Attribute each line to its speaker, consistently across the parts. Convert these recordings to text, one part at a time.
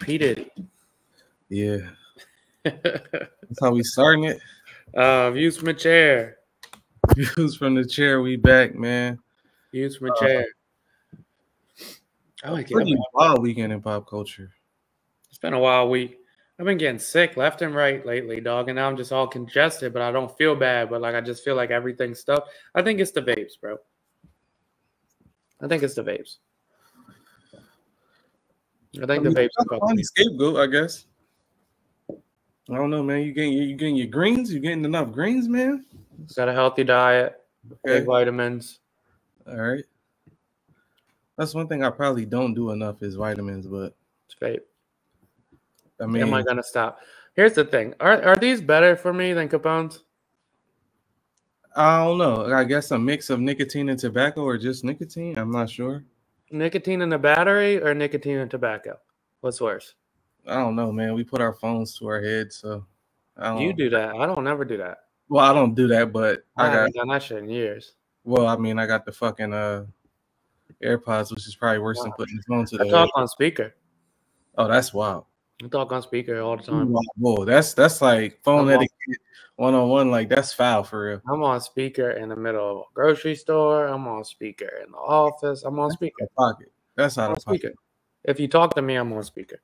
Speaker 1: P Diddy.
Speaker 2: Yeah. That's how we starting it.
Speaker 1: Uh, views from a chair.
Speaker 2: Views from the chair. We back, man.
Speaker 1: Views from a chair. I like it.
Speaker 2: Uh-huh. Pretty wild weekend in pop culture.
Speaker 1: It's been a while. week. I've been getting sick left and right lately, dog, and now I'm just all congested. But I don't feel bad. But like, I just feel like everything's stuff. I think it's the vapes, bro. I think it's the vapes. I think the vapes.
Speaker 2: that's
Speaker 1: are
Speaker 2: a
Speaker 1: fucking-
Speaker 2: funny scapegoat, I guess. I don't know, man. You getting you getting your greens? You getting enough greens, man?
Speaker 1: Got a healthy diet, take
Speaker 2: Okay.
Speaker 1: vitamins.
Speaker 2: All right. That's one thing I probably don't do enough is vitamins, but
Speaker 1: It's vape.
Speaker 2: I mean,
Speaker 1: Am I gonna stop? Here's the thing. Are are these better for me than Capone's?
Speaker 2: I don't know. I guess a mix of nicotine and tobacco, or just nicotine. I'm not sure.
Speaker 1: Nicotine in a battery or nicotine and tobacco? What's worse?
Speaker 2: I don't know, man. We put our phones to our head, so I don't.
Speaker 1: You do that. I don't ever do that.
Speaker 2: Well, I don't do that, but
Speaker 1: I,
Speaker 2: I got.
Speaker 1: haven't done that shit in years.
Speaker 2: Well, I mean, I got the fucking uh AirPods, which is probably worse than putting the phone to the
Speaker 1: I talk on speaker.
Speaker 2: Oh, that's wild.
Speaker 1: I talk on speaker all the
Speaker 2: Hmm.
Speaker 1: time.
Speaker 2: Whoa, that's that's like phone
Speaker 1: I'm on-
Speaker 2: etiquette one on one. Like that's foul for real.
Speaker 1: I'm on speaker in the middle of a grocery store. I'm on speaker in the office. I'm on speaker.
Speaker 2: Out of pocket. That's
Speaker 1: I'm
Speaker 2: out
Speaker 1: on
Speaker 2: of pocket.
Speaker 1: speaker. If you talk to me, I'm on speaker.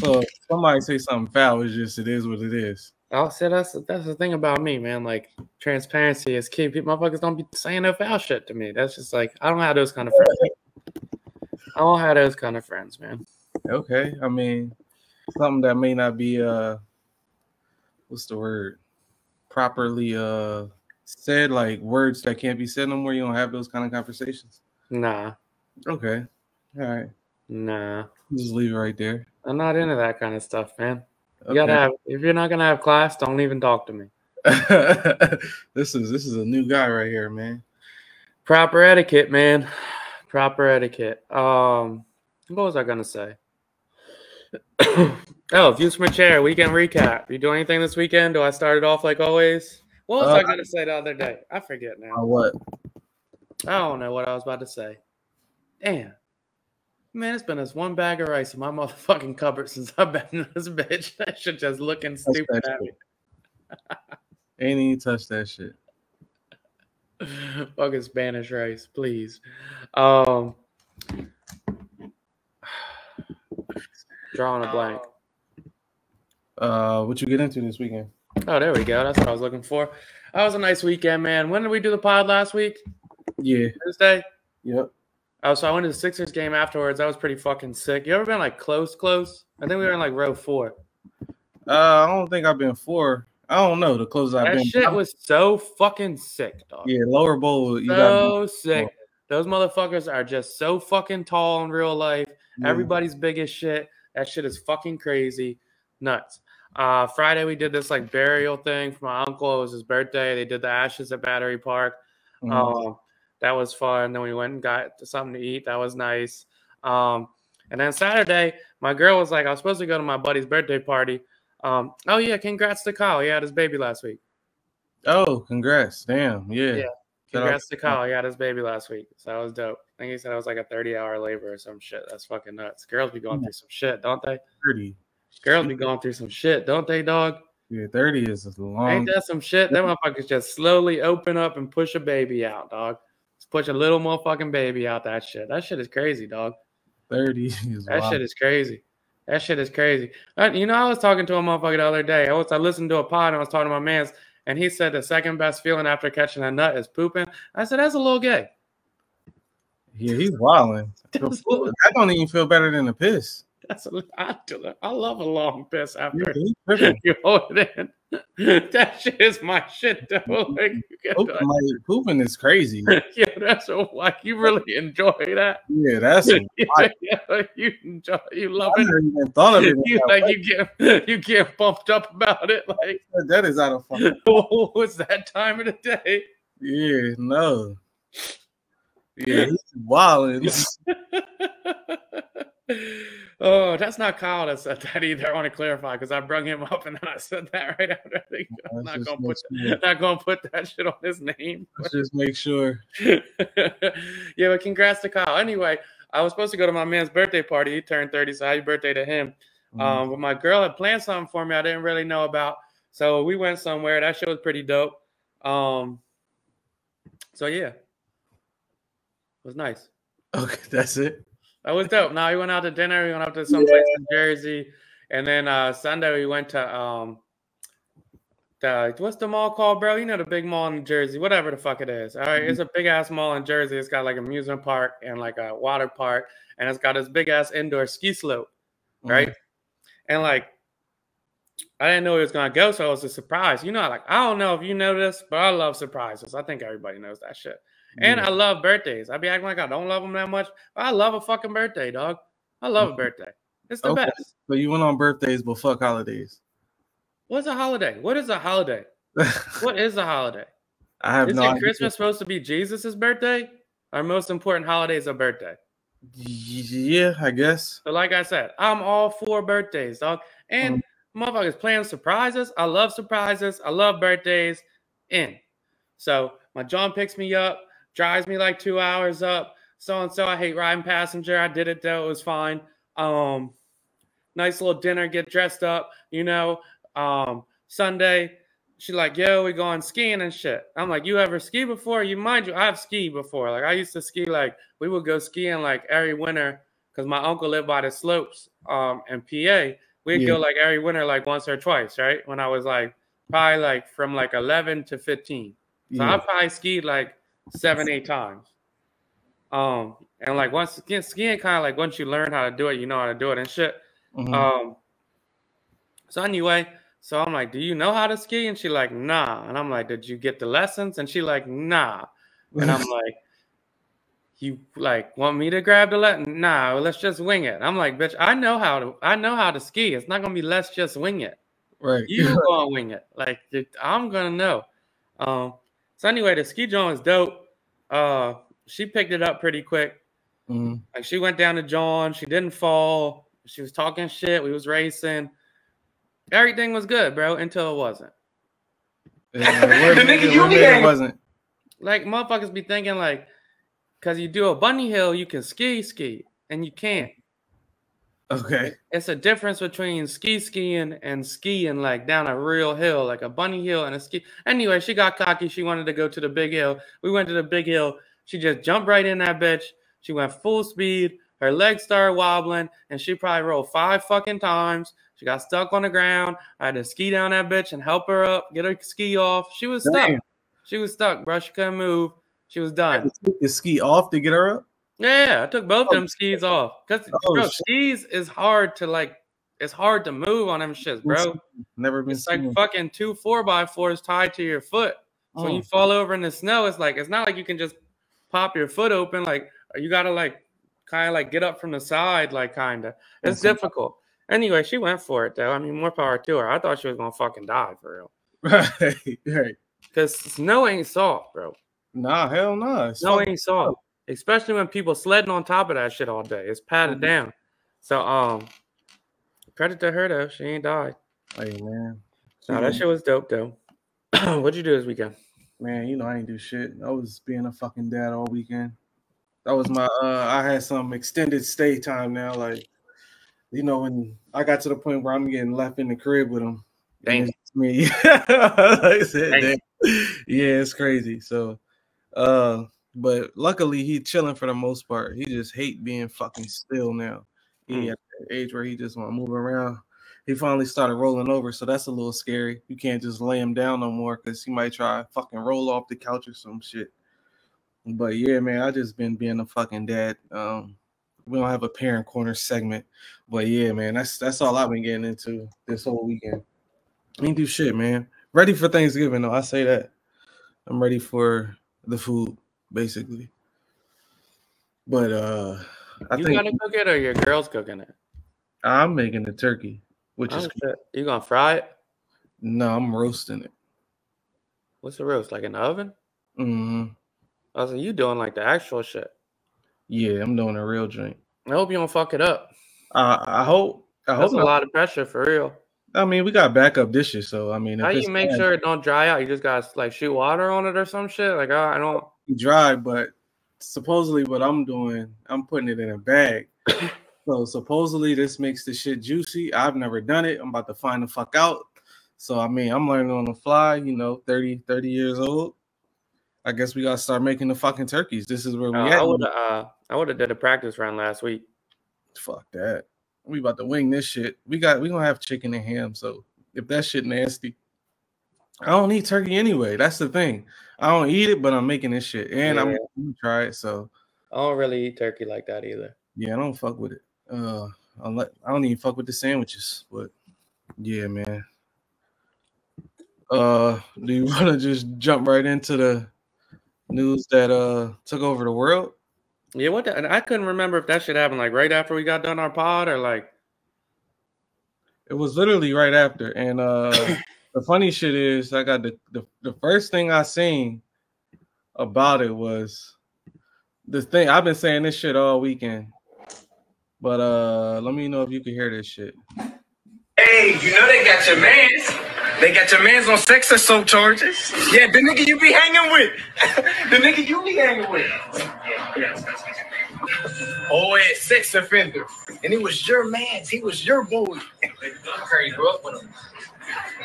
Speaker 2: So if somebody say something foul. It's just it is what it is.
Speaker 1: I'll say that's that's the thing about me, man. Like transparency is key. People, motherfuckers don't be saying no foul shit to me. That's just like I don't have those kind of friends. I don't have those kind of friends, man.
Speaker 2: Okay, I mean something that may not be uh what's the word properly uh said like words that can't be said no more. You don't have those kind of conversations.
Speaker 1: Nah,
Speaker 2: Okay, all right,
Speaker 1: nah.
Speaker 2: just leave it right there.
Speaker 1: I'm not into that kind of stuff, man. You
Speaker 2: Okay.
Speaker 1: gotta have if you're not gonna have class, don't even talk to me.
Speaker 2: this is this is a new guy right here, man.
Speaker 1: Proper etiquette, man. Proper etiquette. Um, what was I gonna say? oh, views from a chair. Weekend recap. You do anything this weekend? Do I start it off like always? What was I
Speaker 2: Uh,
Speaker 1: gonna say the other day? I forget now.
Speaker 2: Oh, what?
Speaker 1: I don't know what I was about to say. Damn. Man, it's been this one bag of rice in my motherfucking cupboard since I've been in this bitch. That shit just looking stupid at me.
Speaker 2: Ain't even touch that shit.
Speaker 1: Fucking Spanish rice, please. Um drawing a blank.
Speaker 2: Uh, what you get into this weekend?
Speaker 1: Oh, there we go. That's what I was looking for. That was a nice weekend, man. When did we do the pod last week?
Speaker 2: Yeah.
Speaker 1: Thursday?
Speaker 2: Yep.
Speaker 1: Oh, so I went to the Sixers game afterwards. I was pretty fucking sick. You ever been like close, close? I think we were in like row four.
Speaker 2: Uh, I don't think I've been four. I don't know the closest I've
Speaker 1: that
Speaker 2: been.
Speaker 1: shit was so fucking sick, dog.
Speaker 2: yeah, lower bowl. You got
Speaker 1: so sick. Those motherfuckers are just so fucking tall in real life. Everybody's big as shit. That shit is fucking crazy. Nuts. Uh, Friday we did this like burial thing for my uncle. It was his birthday. They did the ashes at Battery Park.
Speaker 2: Mhm.
Speaker 1: Um, that was fun. Then we went and got something to eat. That was nice. Um, and then Saturday, my girl was like, I was supposed to go to my buddy's birthday party. Um, oh yeah, congrats to Kyle. He had his baby last week.
Speaker 2: oh, congrats! Damn. Yeah.
Speaker 1: Yeah.
Speaker 2: Shout out
Speaker 1: Congrats to
Speaker 2: to
Speaker 1: Kyle. He had his baby last week. So that was dope. I think he said it was like a 30 hour labor or some shit. That's fucking nuts. Girls be going through some shit, don't they?
Speaker 2: Thirty.
Speaker 1: Girls be going through some shit, don't they, dog?
Speaker 2: Yeah, thirty is a long.
Speaker 1: Ain't that some shit? Them motherfuckers just slowly open up and push a baby out, dog. Just push a little motherfucking baby out that shit. That shit is crazy, dog.
Speaker 2: Thirty is.
Speaker 1: That
Speaker 2: wild.
Speaker 1: shit is crazy. That shit is crazy. Uh, you know, I was talking to a motherfucker the other day. I was I listened to a pod and I was talking to my man's, and he said the second best feeling after catching a nut is pooping. I said that's a little gay.
Speaker 2: Yeah, he's wilding.
Speaker 1: That's-
Speaker 2: I don't even feel better than the piss.
Speaker 1: That's a, I, do- I love a long piss
Speaker 2: Yeah,
Speaker 1: after
Speaker 2: he's tripping.
Speaker 1: you hold it in. That shit is my shit though. Like, you get
Speaker 2: Pooping,
Speaker 1: like,
Speaker 2: like, pooping is crazy.
Speaker 1: yeah, that's a, like you really enjoy that.
Speaker 2: Yeah, that's. I
Speaker 1: Yeah, you enjoy, you love it.
Speaker 2: never even thought of it.
Speaker 1: You
Speaker 2: that
Speaker 1: like
Speaker 2: way.
Speaker 1: you get you get pumped up about it. Like
Speaker 2: That is out of fucking.
Speaker 1: what's that time of the day?
Speaker 2: Yeah, no. Yeah, he's wilding.
Speaker 1: oh, that's not Kyle that said that either. I want to clarify because I brung him up and then I said that right after. I think I'm not
Speaker 2: Let's
Speaker 1: gonna
Speaker 2: just
Speaker 1: put
Speaker 2: make
Speaker 1: that,
Speaker 2: sure-
Speaker 1: not gonna put that shit on his name.
Speaker 2: let's just make sure.
Speaker 1: yeah, but congrats to Kyle. Anyway, I was supposed to go to my man's birthday party. He turned 30, so happy birthday to him.
Speaker 2: Mm-hmm.
Speaker 1: Um, but my girl had planned something for me I didn't really know about. So we went somewhere. That shit was pretty dope. Um, so yeah, it was nice.
Speaker 2: Okay, that's it.
Speaker 1: That was dope. Now we went out to dinner. We went out to some place in Jersey, and then uh, Sunday we went to um, the what's the mall called, bro? You know the big mall in Jersey, whatever the fuck it is. All right? it's a big ass mall in Jersey. It's got like amusement park and like a water park, and it's got this big ass indoor ski slope, right?
Speaker 2: Oh,
Speaker 1: And like, I didn't know it was gonna go, so it was a surprise. You know, like I don't know if you know this, but I love surprises. I think everybody knows that shit. And uh, I love birthdays. I be acting like I don't love them that much. But I love a fucking birthday, dog. I love a
Speaker 2: Mhm.
Speaker 1: birthday. It's the
Speaker 2: Okay.
Speaker 1: best.
Speaker 2: so you went on birthdays, but fuck holidays.
Speaker 1: What's a holiday? What is a holiday? What is a holiday?
Speaker 2: I have
Speaker 1: Isn't
Speaker 2: no idea.
Speaker 1: Christmas supposed to be Jesus' birthday? Our most important holiday is a birthday.
Speaker 2: Yeah, I guess.
Speaker 1: So, like I said, I'm all for birthdays, dog. And
Speaker 2: Mm-hmm.
Speaker 1: motherfuckers playing surprises. I love surprises. I love birthdays. In. So my John picks me up, drives me like two hours up. So and so, I hate riding passenger. I did it though. It was fine. Um, nice little dinner. Get dressed up. You know. Um, Sunday, she like, yo, we going skiing and shit. I'm like, you ever ski before? You mind you, I've skied before. Like I used to ski. Like we would go skiing like every winter because my uncle lived by the slopes um in PA. We'd
Speaker 2: Yeah.
Speaker 1: go like every winter, like once or twice, right? When I was like probably like from like 11 to 15. So I
Speaker 2: Yeah.
Speaker 1: probably skied like seven, eight times. Um, and like once again, skiing kind of like once you learn how to do it, you know how to do it and shit.
Speaker 2: Mhm.
Speaker 1: Um, so anyway, so I'm like, do you know how to ski? And she like, nah. And I'm like, did you get the lessons? And she like, nah. And I'm like, you like want me to grab the let? Nah, let's just wing it. I'm like, bitch, I know how to, I know how to ski. It's not gonna be let's just wing it
Speaker 2: right.
Speaker 1: you gonna wing it. Like dude, I'm gonna know. Um, so anyway, the ski John is dope. Uh, she picked it up pretty quick.
Speaker 2: Mhm.
Speaker 1: Like she went down to John. She didn't fall. She was talking shit. We was racing. Everything was good, bro, until it wasn't.
Speaker 2: Yeah, where-
Speaker 3: Nigga, you
Speaker 2: where
Speaker 3: be
Speaker 2: it
Speaker 3: at-
Speaker 2: wasn't.
Speaker 1: Like motherfuckers be thinking like, cause you do a bunny hill, you can ski ski, and you can't.
Speaker 2: Okay.
Speaker 1: It's a difference between ski skiing and skiing like down a real hill, like a bunny hill and a ski. Anyway, she got cocky. She wanted to go to the big hill. We went to the big hill. She just jumped right in that bitch. She went full speed. Her legs started wobbling, and she probably rolled five fucking times. She got stuck on the ground. I had to ski down that bitch and help her up, get her ski off. She was stuck.
Speaker 2: Damn.
Speaker 1: She was stuck, bro. She couldn't move. She was done.
Speaker 2: Took the ski off to get her up.
Speaker 1: Yeah, I took both
Speaker 2: Oh,
Speaker 1: them skis off. Cause
Speaker 2: Oh,
Speaker 1: bro,
Speaker 2: shit.
Speaker 1: skis is hard to like. It's hard to move on them shits, bro.
Speaker 2: Never been
Speaker 1: It's like
Speaker 2: skiing.
Speaker 1: fucking two four by fours tied to your foot. So when you
Speaker 2: Mm.
Speaker 1: fall over in the snow, it's like it's not like you can just pop your foot open. Like you gotta like kind of like get up from the side, like kinda. It's
Speaker 2: Mhm.
Speaker 1: difficult. Anyway, she went for it though. I mean, more power to her. I thought she was gonna fucking die for real.
Speaker 2: Right. Right.
Speaker 1: Cause snow ain't soft, bro.
Speaker 2: Nah, hell nah. It's
Speaker 1: No,
Speaker 2: fuck-
Speaker 1: it ain't soft. Oh. Especially when people sledding on top of that shit all day. It's padded
Speaker 2: Mhm.
Speaker 1: down. So um credit to her though. She ain't died.
Speaker 2: Hey man.
Speaker 1: No, that shit was dope though. What'd you do this weekend?
Speaker 2: Man, you know I ain't do shit. I was being a fucking dad all weekend. That was my uh I had some extended stay time now. Like, you know, when I got to the point where I'm getting left in the crib with him.
Speaker 1: Damn.
Speaker 2: me. I said,
Speaker 1: Damn.
Speaker 2: "Damn." Yeah, it's crazy. So uh but luckily he chilling for the most part. He just hate being fucking still now. He
Speaker 1: Mm.
Speaker 2: at the age where he just wanna move around. He finally started rolling over, so that's a little scary. You can't just lay him down no more because he might try and fucking roll off the couch or some shit. But yeah, man, I just been being a fucking dad. Um, we don't have a parent corner segment, but yeah, man, that's that's all I've been getting into this whole weekend. I ain't do shit, man. Ready for Thanksgiving though. I say that. I'm ready for the food, basically. But uh I
Speaker 1: you
Speaker 2: think
Speaker 1: gotta cook it or your girl's cooking it?
Speaker 2: I'm making the turkey, which
Speaker 1: Oh,
Speaker 2: is
Speaker 1: shit. You gonna fry it?
Speaker 2: no, I'm roasting it.
Speaker 1: What's the roast? Like in the oven?
Speaker 2: hmm
Speaker 1: I was like, you doing like the actual shit.
Speaker 2: Yeah, I'm doing a real drink.
Speaker 1: I hope you don't fuck it up.
Speaker 2: I I hope I
Speaker 1: That's
Speaker 2: hope
Speaker 1: a
Speaker 2: not.
Speaker 1: lot of pressure for real.
Speaker 2: I mean, we got backup dishes, so I mean,
Speaker 1: How do
Speaker 2: it's
Speaker 1: you make
Speaker 2: bad,
Speaker 1: sure it don't dry out? You just gotta like shoot water on it or some shit? Like I I don't
Speaker 2: dry, but supposedly what I'm doing, I'm putting it in a bag. So supposedly this makes the shit juicy. I've never done it. I'm about to find the fuck out. So I mean, I'm learning on the fly, you know, 30, 30 years old. I guess we gotta start making the fucking turkeys. This is where we
Speaker 1: Uh,
Speaker 2: at.
Speaker 1: I would have uh, I would have did a practice run last week.
Speaker 2: Fuck that. We about to wing this shit. We got we gonna have chicken and ham. So if that shit nasty, I don't eat turkey anyway. That's the thing. I don't eat it, but I'm making this shit, and I'm
Speaker 1: Yeah.
Speaker 2: gonna try it. So
Speaker 1: I don't really eat turkey like that either.
Speaker 2: yeah, I don't fuck with it. Uh, I'm like, I don't even fuck with the sandwiches. But yeah, man. Uh, do you want to just jump right into the news that uh took over the world?
Speaker 1: Yeah, what? The, and I couldn't remember if that shit happened like right after we got done our pod or like
Speaker 2: It was literally right after. And uh the funny shit is I got the, the the first thing I seen about it was the thing I've been saying this shit all weekend. But uh let me know if you can hear this shit.
Speaker 3: Hey, you know they got your mans. They got your mans on sex assault charges. Yeah, the nigga you be hanging with. the nigga you be hanging with. Oh, yeah, sex offender. And he was your man's. He was your boy. you grew up with him.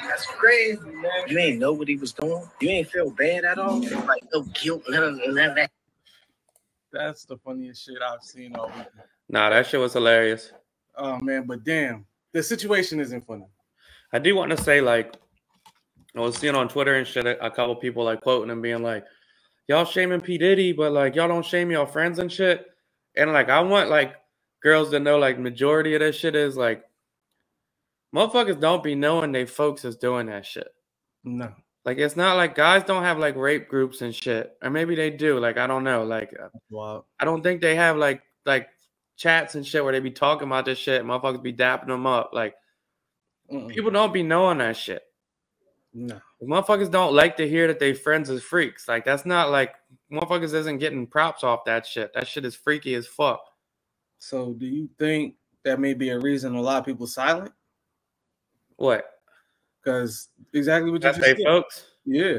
Speaker 3: That's crazy, man. You ain't know what he was doing. You ain't feel bad at all. Like no guilt, none of none of that.
Speaker 2: That's the funniest shit I've seen all weekend.
Speaker 1: nah, that shit was hilarious.
Speaker 2: Oh man, but damn, the situation isn't funny.
Speaker 1: I do want to say like I was seeing on Twitter and shit a a couple people like quoting and being like, "Y'all shaming P Diddy, but like y'all don't shame y'all friends and shit." And like I want like girls to know like majority of that shit is like motherfuckers don't be knowing they folks is doing that shit.
Speaker 2: No.
Speaker 1: Like it's not like guys don't have like rape groups and shit, or maybe they do. Like I don't know. Like
Speaker 2: Wow.
Speaker 1: I don't think they have like like chats and shit where they be talking about this shit. Motherfuckers be dapping them up. Like
Speaker 2: Mm-mm.
Speaker 1: people don't be knowing that shit.
Speaker 2: No.
Speaker 1: Motherfuckers don't like to hear that they friends is freaks. Like that's not like motherfuckers isn't getting props off that shit. That shit is freaky as fuck.
Speaker 2: So do you think that may be a reason a lot of people silent?
Speaker 1: What?
Speaker 2: Because exactly what you
Speaker 1: That's
Speaker 2: just
Speaker 1: they
Speaker 2: said.
Speaker 1: folks.
Speaker 2: Yeah.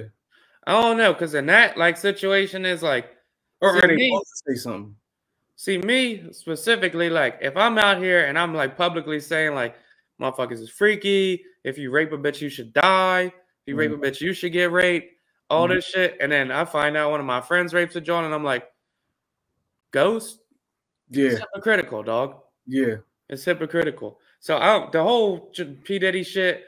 Speaker 1: I don't know, cause in that like situation is like
Speaker 2: Or
Speaker 1: See,
Speaker 2: are they
Speaker 1: me-
Speaker 2: supposed to say something?
Speaker 1: See me specifically, like if I'm out here and I'm like publicly saying like motherfuckers is freaky. If you rape a bitch, you should die. If you rape a bitch, you should get raped. All
Speaker 2: Mhm.
Speaker 1: this shit, and then I find out one of my friends rapes a joint, and I'm like, ghost.
Speaker 2: Yeah,
Speaker 1: It's hypocritical, dog.
Speaker 2: yeah.
Speaker 1: It's hypocritical. So I don't, the whole J- P Diddy shit,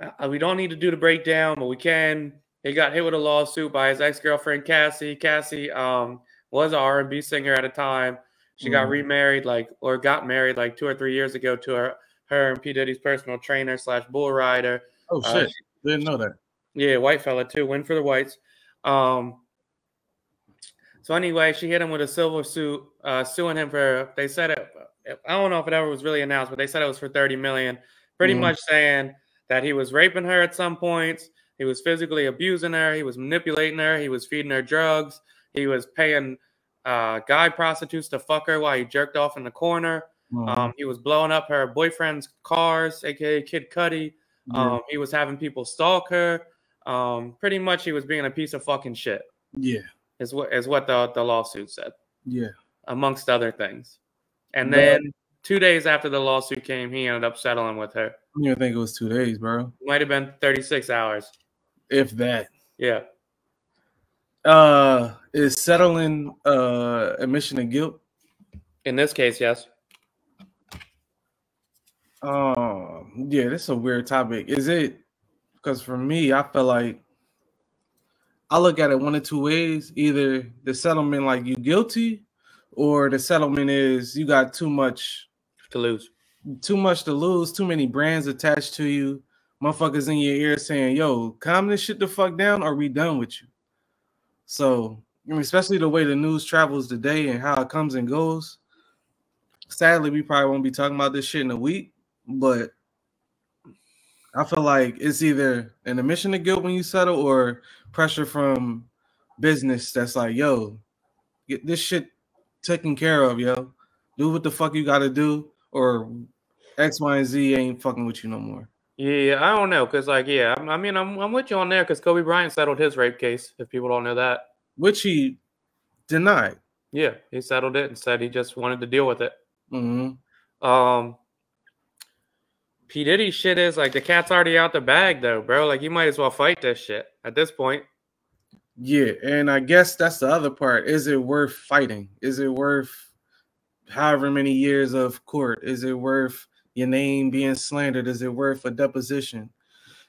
Speaker 1: uh, we don't need to do the breakdown, but we can. He got hit with a lawsuit by his ex girlfriend Cassie. Cassie um, was an R and B singer at a time. She got
Speaker 2: Mhm.
Speaker 1: remarried, like or got married, like two or three years ago to her, her and P Diddy's personal trainer slash bull rider.
Speaker 2: Oh
Speaker 1: Uh,
Speaker 2: shit, didn't know that.
Speaker 1: Yeah, white fella too. Win for the whites. Um, so anyway, she hit him with a silver suit, uh, suing him for. They said it. I don't know if it ever was really announced, but they said it was for thirty million. Pretty
Speaker 2: Mhm.
Speaker 1: much saying that he was raping her at some points. He was physically abusing her. He was manipulating her. He was feeding her drugs. He was paying uh, guy prostitutes to fuck her while he jerked off in the corner.
Speaker 2: Mm.
Speaker 1: Um, he was blowing up her boyfriend's cars, aka Kid Cudi.
Speaker 2: Yeah.
Speaker 1: Um, he was having people stalk her. Um, pretty much, he was being a piece of fucking shit.
Speaker 2: yeah,
Speaker 1: Is what is what the the lawsuit said,
Speaker 2: yeah.
Speaker 1: amongst other things. And
Speaker 2: Yeah.
Speaker 1: then two days after the lawsuit came, he ended up settling with her.
Speaker 2: I don't even think it was two days, bro.
Speaker 1: Might have been thirty six hours.
Speaker 2: If that.
Speaker 1: Yeah,
Speaker 2: Uh, is settling uh admission of guilt.
Speaker 1: in this case, yes.
Speaker 2: Um, yeah, that's a weird topic. Is it? Because for me, I feel like I look at it one of two ways: either the settlement, like you guilty, or the settlement is you got too much
Speaker 1: To lose.
Speaker 2: too much to lose, too many brands attached to you, motherfuckers in your ear saying, yo, calm this shit the fuck down or we done with you. So, I mean, especially the way the news travels today and how it comes and goes. Sadly, we probably won't be talking about this shit in a week, but I feel like it's either an admission of guilt when you settle or pressure from business that's like, yo, get this shit taken care of, yo. Do what the fuck you gotta do, or X, Y, and Z ain't fucking with you no more.
Speaker 1: Yeah, I don't know, cause like, yeah, I'm, I mean, I'm I'm with you on there, cause Kobe Bryant settled his rape case. If people don't know that,
Speaker 2: Which he denied.
Speaker 1: yeah, he settled it and said he just wanted to deal with it.
Speaker 2: Mhm.
Speaker 1: Um, P Diddy shit is like the cat's already out the bag though, bro. Like you might as well fight this shit at this point.
Speaker 2: Yeah, and I guess that's the other part. Is it worth fighting? Is it worth however many years of court? Is it worth your name being slandered? Is it worth a deposition?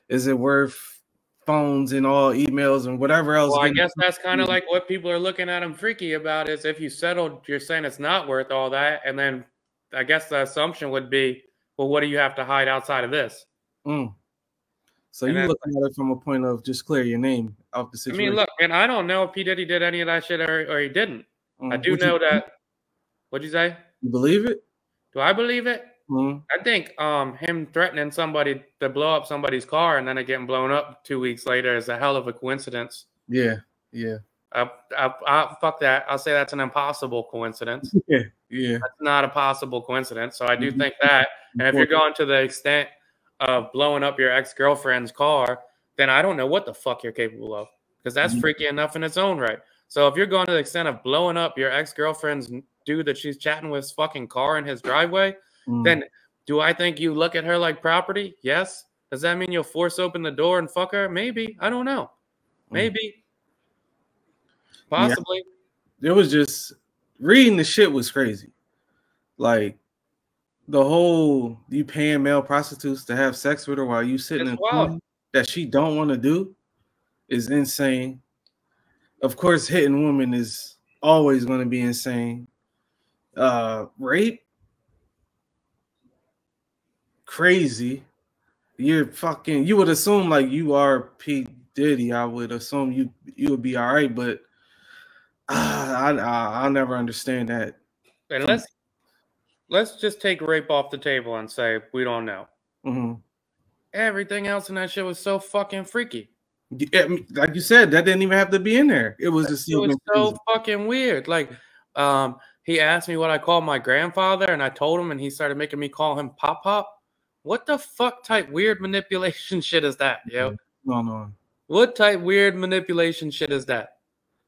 Speaker 2: Is it worth phones and all emails and whatever else?
Speaker 1: Well, I
Speaker 2: getting-
Speaker 1: guess that's kind of like what people are looking at him freaky about is if you settled, you're saying it's not worth all that, and then I guess the assumption would be, well, what do you have to hide outside of this?
Speaker 2: Mm. So
Speaker 1: And
Speaker 2: you
Speaker 1: that's-
Speaker 2: look at it from a point of just clear your name out the
Speaker 1: I
Speaker 2: situation.
Speaker 1: mean, look, and I don't know if P Diddy did any of that shit or, or he didn't.
Speaker 2: Mm.
Speaker 1: I do
Speaker 2: Would you-
Speaker 1: know that. What'd you say?
Speaker 2: You believe it?
Speaker 1: Do I believe it?
Speaker 2: Mm.
Speaker 1: I think um, him threatening somebody to blow up somebody's car and then it getting blown up two weeks later is a hell of a coincidence.
Speaker 2: Yeah, yeah,
Speaker 1: I, I, I, fuck that. I'll say that's an impossible coincidence.
Speaker 2: yeah.
Speaker 1: That's not a possible coincidence. So I do
Speaker 2: Mhm.
Speaker 1: think that. And if you're going to the extent of blowing up your ex girlfriend's car, then I don't know what the fuck you're capable of because that's
Speaker 2: Mhm.
Speaker 1: freaky enough in its own right. So if you're going to the extent of blowing up your ex girlfriend's dude that she's chatting with's fucking car in his driveway,
Speaker 2: Mm.
Speaker 1: then do I think you look at her like property? Yes. Does that mean you'll force open the door and fuck her? Maybe. I don't know. Maybe. Possibly.
Speaker 2: it was just reading the shit was crazy. Like the whole you paying male prostitutes to have sex with her while you sitting
Speaker 1: It's
Speaker 2: in a
Speaker 1: wild.
Speaker 2: corner that she don't want to do is insane. Of course, hitting women is always going to be insane. Uh, rape, crazy. You're fucking. You would assume like you are P Diddy. I would assume you you would be all right, but Ah, I, I I'll never understand that.
Speaker 1: And let's let's just take rape off the table and say we don't know.
Speaker 2: Mhm.
Speaker 1: Everything else in that shit was so fucking freaky.
Speaker 2: You- I mean, eh, Like you said, that didn't even have to be in there. It was just
Speaker 1: It was so fucking weird. Like, um, he asked me what I called my grandfather, and I told him, and he started making me call him Pop Pop. What the fuck type weird manipulation shit is that, yo?
Speaker 2: no, no.
Speaker 1: What type weird manipulation shit is that?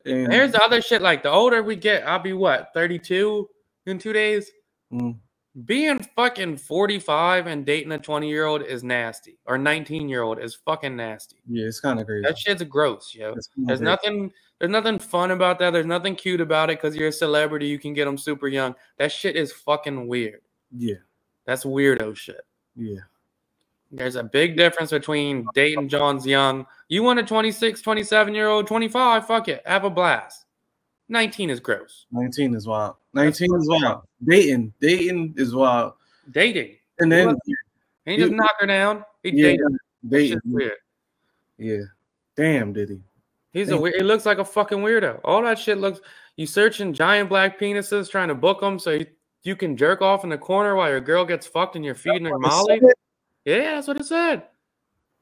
Speaker 2: And,
Speaker 1: And here's the other shit. Like the older we get, I'll be what 32 in two days.
Speaker 2: Mm.
Speaker 1: Being fucking 45 and dating a 20 year old is nasty, or 19 year old is fucking nasty.
Speaker 2: yeah, it's kind of crazy.
Speaker 1: That shit's gross, yo.
Speaker 2: It's kinda
Speaker 1: There's
Speaker 2: crazy.
Speaker 1: nothing. There's nothing fun about that. There's nothing cute about it because you're a celebrity. You can get them super young. That shit is fucking weird.
Speaker 2: Yeah,
Speaker 1: That's weirdo shit.
Speaker 2: yeah.
Speaker 1: There's a big difference between dating John's young. You want a 26, 27 year old, 25, fuck it. Have a blast. 19 is gross.
Speaker 2: Nineteen is wild. Nineteen is wild. Dating, dating is wild.
Speaker 1: dating.
Speaker 2: And then
Speaker 1: He didn't just
Speaker 2: You-
Speaker 1: knock her down. He
Speaker 2: yeah,
Speaker 1: dated. her. That
Speaker 2: dating.
Speaker 1: shit's weird.
Speaker 2: Yeah. Damn, did he?
Speaker 1: He's a
Speaker 2: Thank
Speaker 1: weird. He looks like a fucking weirdo. All that shit looks. You searching giant black penises, trying to book them so you, you can jerk off in the corner while your girl gets fucked and you're feeding her Molly. Yeah, that's what it said.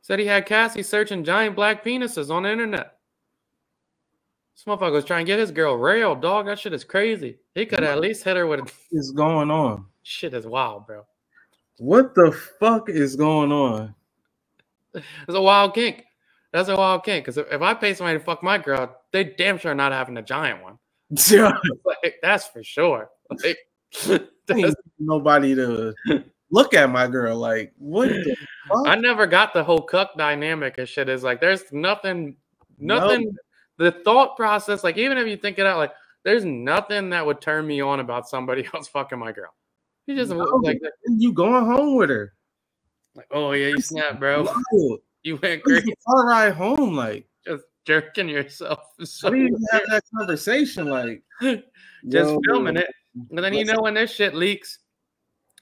Speaker 1: Said he had Cassie searching giant black penises on the internet. This motherfucker was trying to get his girl railed, dog. That shit is crazy. He could at least hit her with a
Speaker 2: What's going on?
Speaker 1: shit is wild, bro.
Speaker 2: What the fuck is going on?
Speaker 1: It's a wild kink. That's a wild kink. Because if, if I pay somebody to fuck my girl, they damn sure not having a giant one. Like, that's for sure. Like, that's-
Speaker 2: Ain't nobody to look at my girl. Like what? The fuck?
Speaker 1: I never got the whole cuck dynamic and shit. Is like there's nothing,
Speaker 2: No.
Speaker 1: nothing. The thought process, like even if you think it out, like there's nothing that would turn me on about somebody else fucking my girl. You just
Speaker 2: No.
Speaker 1: like,
Speaker 2: And you going home with her?
Speaker 1: like, oh yeah, you snap, bro.
Speaker 2: Wild.
Speaker 1: You went
Speaker 2: It's
Speaker 1: crazy,
Speaker 2: a car ride home. Like,
Speaker 1: just jerking yourself. It's
Speaker 2: I
Speaker 1: so
Speaker 2: didn't even
Speaker 1: weird.
Speaker 2: have that conversation. Like,
Speaker 1: just
Speaker 2: yo,
Speaker 1: filming it. And then you
Speaker 2: Listen.
Speaker 1: know when this shit leaks,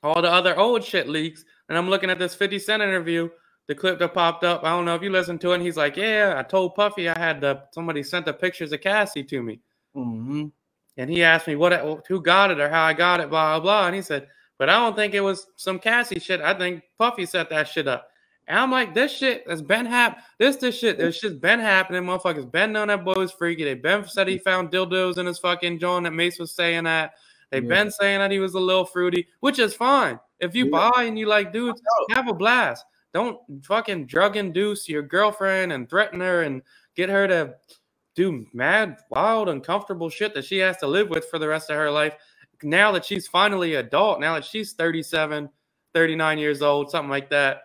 Speaker 1: all the other old shit leaks. And I'm looking at this 50 Cent interview, the clip that popped up. I don't know if you listened to it. And he's like, "Yeah, I told Puffy I had the somebody sent the pictures of Cassie to me,
Speaker 2: mhm.
Speaker 1: and he asked me what I- who got it or how I got it, blah blah blah." And he said, "But I don't think it was some Cassie shit. I think Puffy set that shit up." And I'm like, "This shit has been hap. This this shit. This shit's been happening. Motherfuckers been known that boy was freaky. They been said he found dildos in his fucking joint. That Mace was saying that." They've
Speaker 2: Yeah.
Speaker 1: been saying that he was a little fruity, which is fine. If you
Speaker 2: Yeah.
Speaker 1: buy and you like dudes, have a blast. Don't fucking drug induce your girlfriend and threaten her and get her to do mad, wild, uncomfortable shit that she has to live with for the rest of her life now that she's finally adult, now that she's 37, 39 years old, something like that,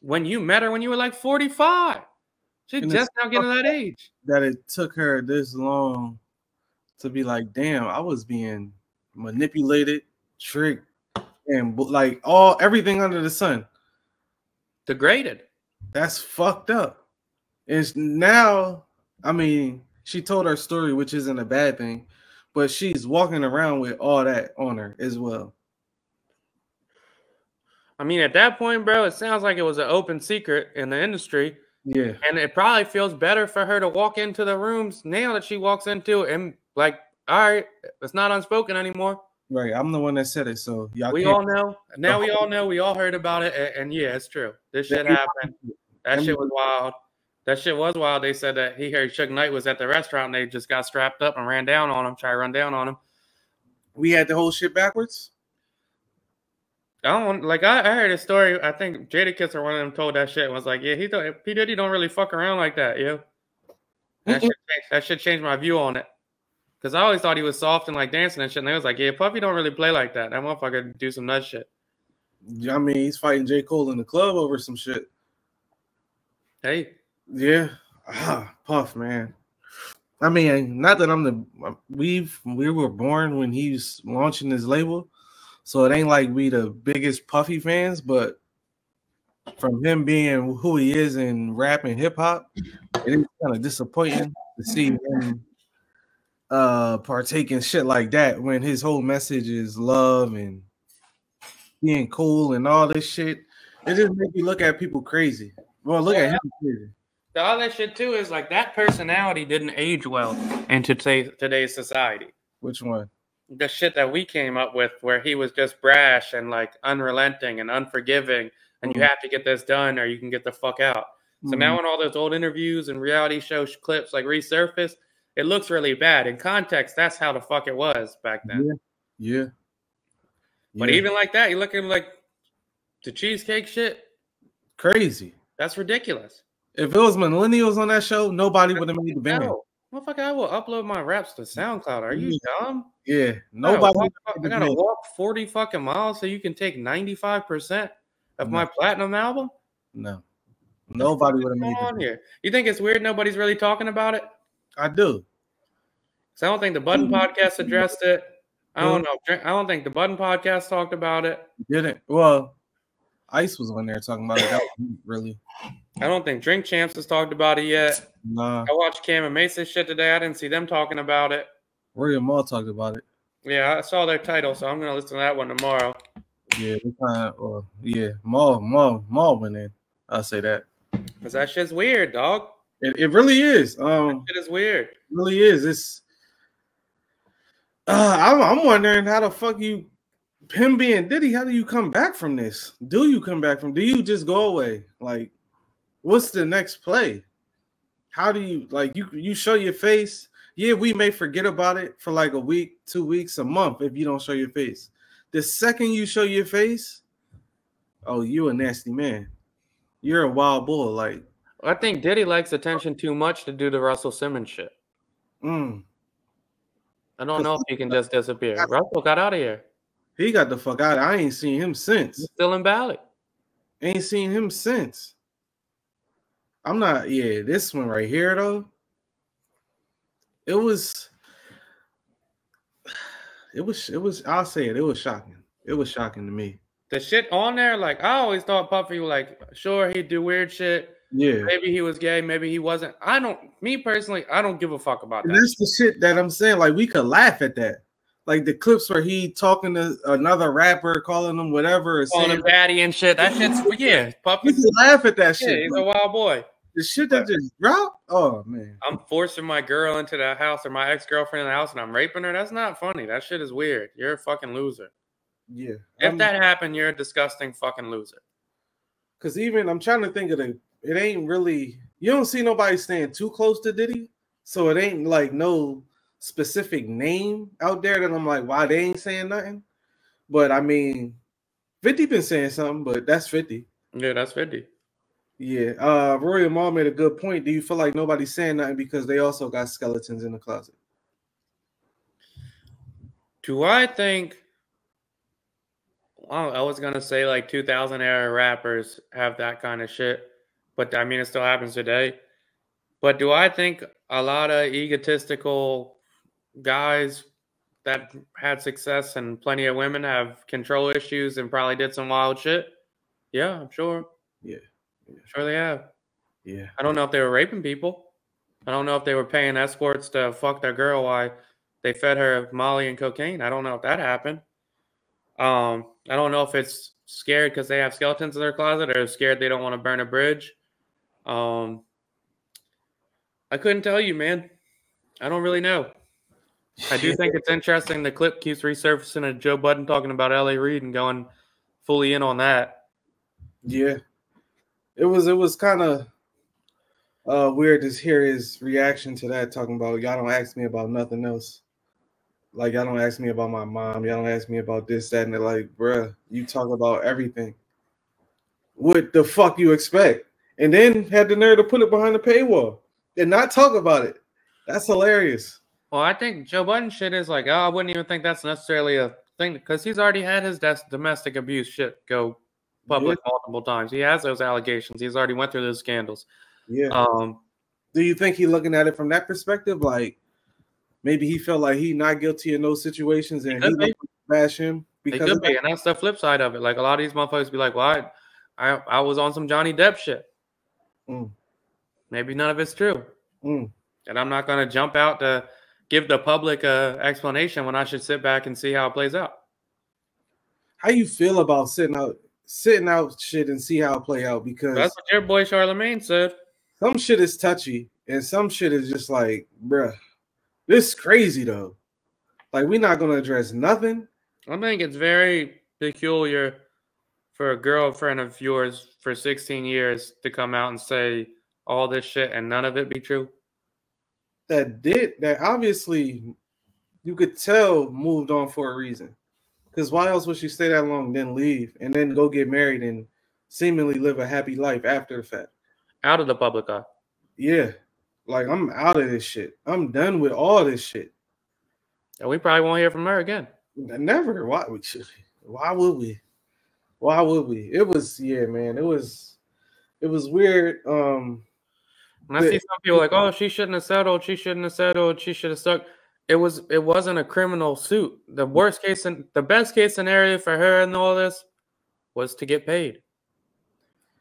Speaker 1: when you met her when you were like 45, she
Speaker 2: And
Speaker 1: just
Speaker 2: it's-
Speaker 1: now getting to that age.
Speaker 2: that it took her this long to be like, damn, I was being manipulated, tricked, and bu- like all everything under the sun.
Speaker 1: Degraded.
Speaker 2: That's fucked up. It's now, I mean, she told her story, which isn't a bad thing, but she's walking around with all that on her as well.
Speaker 1: I mean, at that point, bro, it sounds like it was an open secret in the industry.
Speaker 2: Yeah.
Speaker 1: And it probably feels better for her to walk into the rooms now that she walks into it and like, all right, it's not unspoken anymore.
Speaker 2: Right. I'm the one that said it. So y'all
Speaker 1: We
Speaker 2: can't
Speaker 1: all know. Now we all know. We all heard about it. a- And, yeah, it's true. This shit happened. That shit was wild. That shit was wild. They said that he heard Chuck Knight was at the restaurant and they just got strapped up and ran down on him, tried to run down on him.
Speaker 2: we had the whole shit backwards.
Speaker 1: I don't like I, I heard a story. I think Jada Kiss or one of them told that shit and was like, Yeah, he don't P. Diddy don't really fuck around like that, yo. That shit, changed, that shit changed my view on it. Cause I always thought he was soft and like dancing and shit. And they was like, Yeah, Puffy don't really play like that. That motherfucker do some nut shit.
Speaker 2: I mean, he's fighting J. Cole in the club over some shit.
Speaker 1: Hey,
Speaker 2: Yeah, ah, Puff, man. I mean, not that I'm the we've we were born when he's launching his label, so it ain't like we the biggest Puffy fans, but from him being who he is in rap and hip hop, it is kind of disappointing to see him uh partake in shit like that when his whole message is love and being cool and all this shit. It just makes you look at people crazy. Well, look at him crazy.
Speaker 1: the other shit too is like that personality didn't age well into today, today's society.
Speaker 2: Which one?
Speaker 1: the shit that we came up with where he was just brash and like unrelenting and unforgiving and you
Speaker 2: Mhm.
Speaker 1: have to get this done or you can get the fuck out so
Speaker 2: Mm-hmm. Mm,
Speaker 1: now when all those old interviews and reality show sh- clips like resurface it looks really bad in context that's how the fuck it was back then
Speaker 2: yeah, yeah.
Speaker 1: but
Speaker 2: Yeah.
Speaker 1: even like that you're looking like the cheesecake shit
Speaker 2: crazy.
Speaker 1: that's ridiculous
Speaker 2: If it was millennials on that show, nobody would have made the band.
Speaker 1: no. Motherfucker, I will upload my raps to SoundCloud. Are you
Speaker 2: Mm-hmm.
Speaker 1: dumb?
Speaker 2: Yeah,
Speaker 1: I gotta
Speaker 2: nobody.
Speaker 1: walk-
Speaker 2: made
Speaker 1: I
Speaker 2: the
Speaker 1: gotta
Speaker 2: band.
Speaker 1: walk 40 fucking miles so you can take 95% of my platinum album?
Speaker 2: No, nobody would
Speaker 1: going
Speaker 2: have made the
Speaker 1: on
Speaker 2: band.
Speaker 1: here? You think it's weird nobody's really talking about it?
Speaker 2: I do.
Speaker 1: Because I don't think the Button Podcast addressed it. I don't know. Dr- I don't think the Button Podcast talked about it.
Speaker 2: Didn't. Well, Ice was on there talking about it. That wasn't really,
Speaker 1: I don't think Drink Champs has talked about it yet.
Speaker 2: nah.
Speaker 1: I watched Cam and Mason shit today. I didn't see them talking about it.
Speaker 2: William Maul talked about it.
Speaker 1: Yeah, I saw their title, so I'm gonna listen to that one tomorrow.
Speaker 2: Yeah, they kinda- well, yeah. Maul, Maul, Maul went in. I'll say that.
Speaker 1: Cause that shit's weird, dog.
Speaker 2: It, it really is. Um,
Speaker 1: It is weird.
Speaker 2: really is. It's. Uh, I'm, I'm wondering how the fuck you, him being Diddy, how do you come back from this? Do you come back from? Do you just go away? Like, what's the next play? How do you like you you show your face? Yeah, we may forget about it for like a week, two weeks, a month if you don't show your face. The second you show your face, oh, you a nasty man. You're a wild bull. Like,
Speaker 1: I think Diddy likes attention too much to do the Russell Simmons shit.
Speaker 2: mm,
Speaker 1: I don't know if he can just disappear. Russell got Mm-hmm. out of here.
Speaker 2: he got the fuck out. I ain't seen him since.
Speaker 1: He's still in Bali.
Speaker 2: Ain't seen him since. I'm not, yeah, this one right here though. It was it was it was I'll say it, it was shocking. It was shocking to me.
Speaker 1: The shit on there, like I always thought Puffy was like, sure, he'd do weird shit.
Speaker 2: Yeah.
Speaker 1: Maybe he was gay, maybe he wasn't. I don't me personally, I don't give a fuck about
Speaker 2: And
Speaker 1: that.
Speaker 2: that's the shit that I'm saying. Like we could laugh at that. Like the clips where he talking to another rapper, calling him whatever, or
Speaker 1: Calling
Speaker 2: saying,
Speaker 1: him daddy and shit. That shit's yeah,
Speaker 2: we
Speaker 1: Puffy.
Speaker 2: could laugh at that
Speaker 1: Yeah,
Speaker 2: shit.
Speaker 1: he's
Speaker 2: but
Speaker 1: a wild boy.
Speaker 2: the shit that just dropped. Oh man.
Speaker 1: I'm forcing my girl into the house or my ex-girlfriend in the house and I'm raping her. That's not funny. That shit is weird. You're a fucking loser.
Speaker 2: Yeah.
Speaker 1: If
Speaker 2: I'm-
Speaker 1: that happened, you're a disgusting fucking loser.
Speaker 2: Cause even I'm trying to think of the it ain't really you don't see nobody staying too close to Diddy, so it ain't like no specific name out there that I'm like, why they ain't saying nothing. But I mean, 50 been saying something, but that's 50.
Speaker 1: Yeah, that's 50.
Speaker 2: Yeah. Uh Rory and Maul made a good point. Do you feel like nobody's saying nothing because they also got skeletons in the closet?
Speaker 1: Do I think? I don't- I was gonna say like 2000 era rappers have that kind of shit, but I mean it still happens today. But do I think a lot of egotistical guys that had success and plenty of women have control issues and probably did some wild shit? Yeah, I'm sure.
Speaker 2: Yeah.
Speaker 1: I'm sure they have.
Speaker 2: Yeah.
Speaker 1: I don't know if they were raping people. I don't know if they were paying escorts to fuck their girl while they fed her Molly and cocaine. I don't know if that happened. Um, I don't know if it's scared because they have skeletons in their closet or scared they don't want to burn a bridge. Um, I couldn't tell you, man. I don't really know. I do think it's interesting. The clip keeps resurfacing of Joe Budden talking about LA Reid and going fully in on that.
Speaker 2: Yeah. It was it was kind of uh weird to hear his reaction to that talking about y'all don't ask me about nothing else. Like y'all don't ask me about my mom, y'all don't ask me about this, that, and they're like, bruh, you talk about everything. What the fuck you expect? And then had the nerve to put it behind the paywall and not talk about it. That's hilarious.
Speaker 1: Well, I think Joe Budden shit is like, oh, I wouldn't even think that's necessarily a thing because he's already had his des- domestic abuse shit go public multiple times. He has those allegations. He's already went through those scandals.
Speaker 2: Yeah.
Speaker 1: Um,
Speaker 2: do you think he looking at it from that perspective? Like maybe he felt like he not guilty in those situations and he
Speaker 1: could be.
Speaker 2: don't bash him
Speaker 1: it
Speaker 2: because
Speaker 1: could
Speaker 2: of
Speaker 1: be, and that's the flip side of it. Like a lot of these motherfuckers be like, well, I, I, I was on some Johnny Depp shit.
Speaker 2: Mm.
Speaker 1: Maybe none of it's true.
Speaker 2: that. Mm,
Speaker 1: and I'm not going to jump out to give the public a explanation when I should sit back and see how it plays out.
Speaker 2: How you feel about sitting out sitting out shit and see how it play out? Because
Speaker 1: That's what your boy Charlemagne said.
Speaker 2: some shit is touchy and some shit is just like, bruh, this is crazy though. Like we're not gonna address nothing.
Speaker 1: I think it's very peculiar for a girlfriend of yours for 16 years to come out and say all this shit and none of it be true.
Speaker 2: that did that obviously you could tell moved on for a reason. Because why else would she stay that long, then leave, and then go get married and seemingly live a happy life after the fact?
Speaker 1: Out of the public eye.
Speaker 2: Yeah, like I'm out of this shit. I'm done with all this shit.
Speaker 1: And we probably won't hear from her again.
Speaker 2: Never. Why would you? Why would we? Why would we? It was yeah, man. It was it was weird. Um,
Speaker 1: And I see some people like, oh, she shouldn't have settled. She shouldn't have settled. She should have stuck. It was it wasn't a criminal suit. The worst case and the best case scenario for her and all this was to get paid.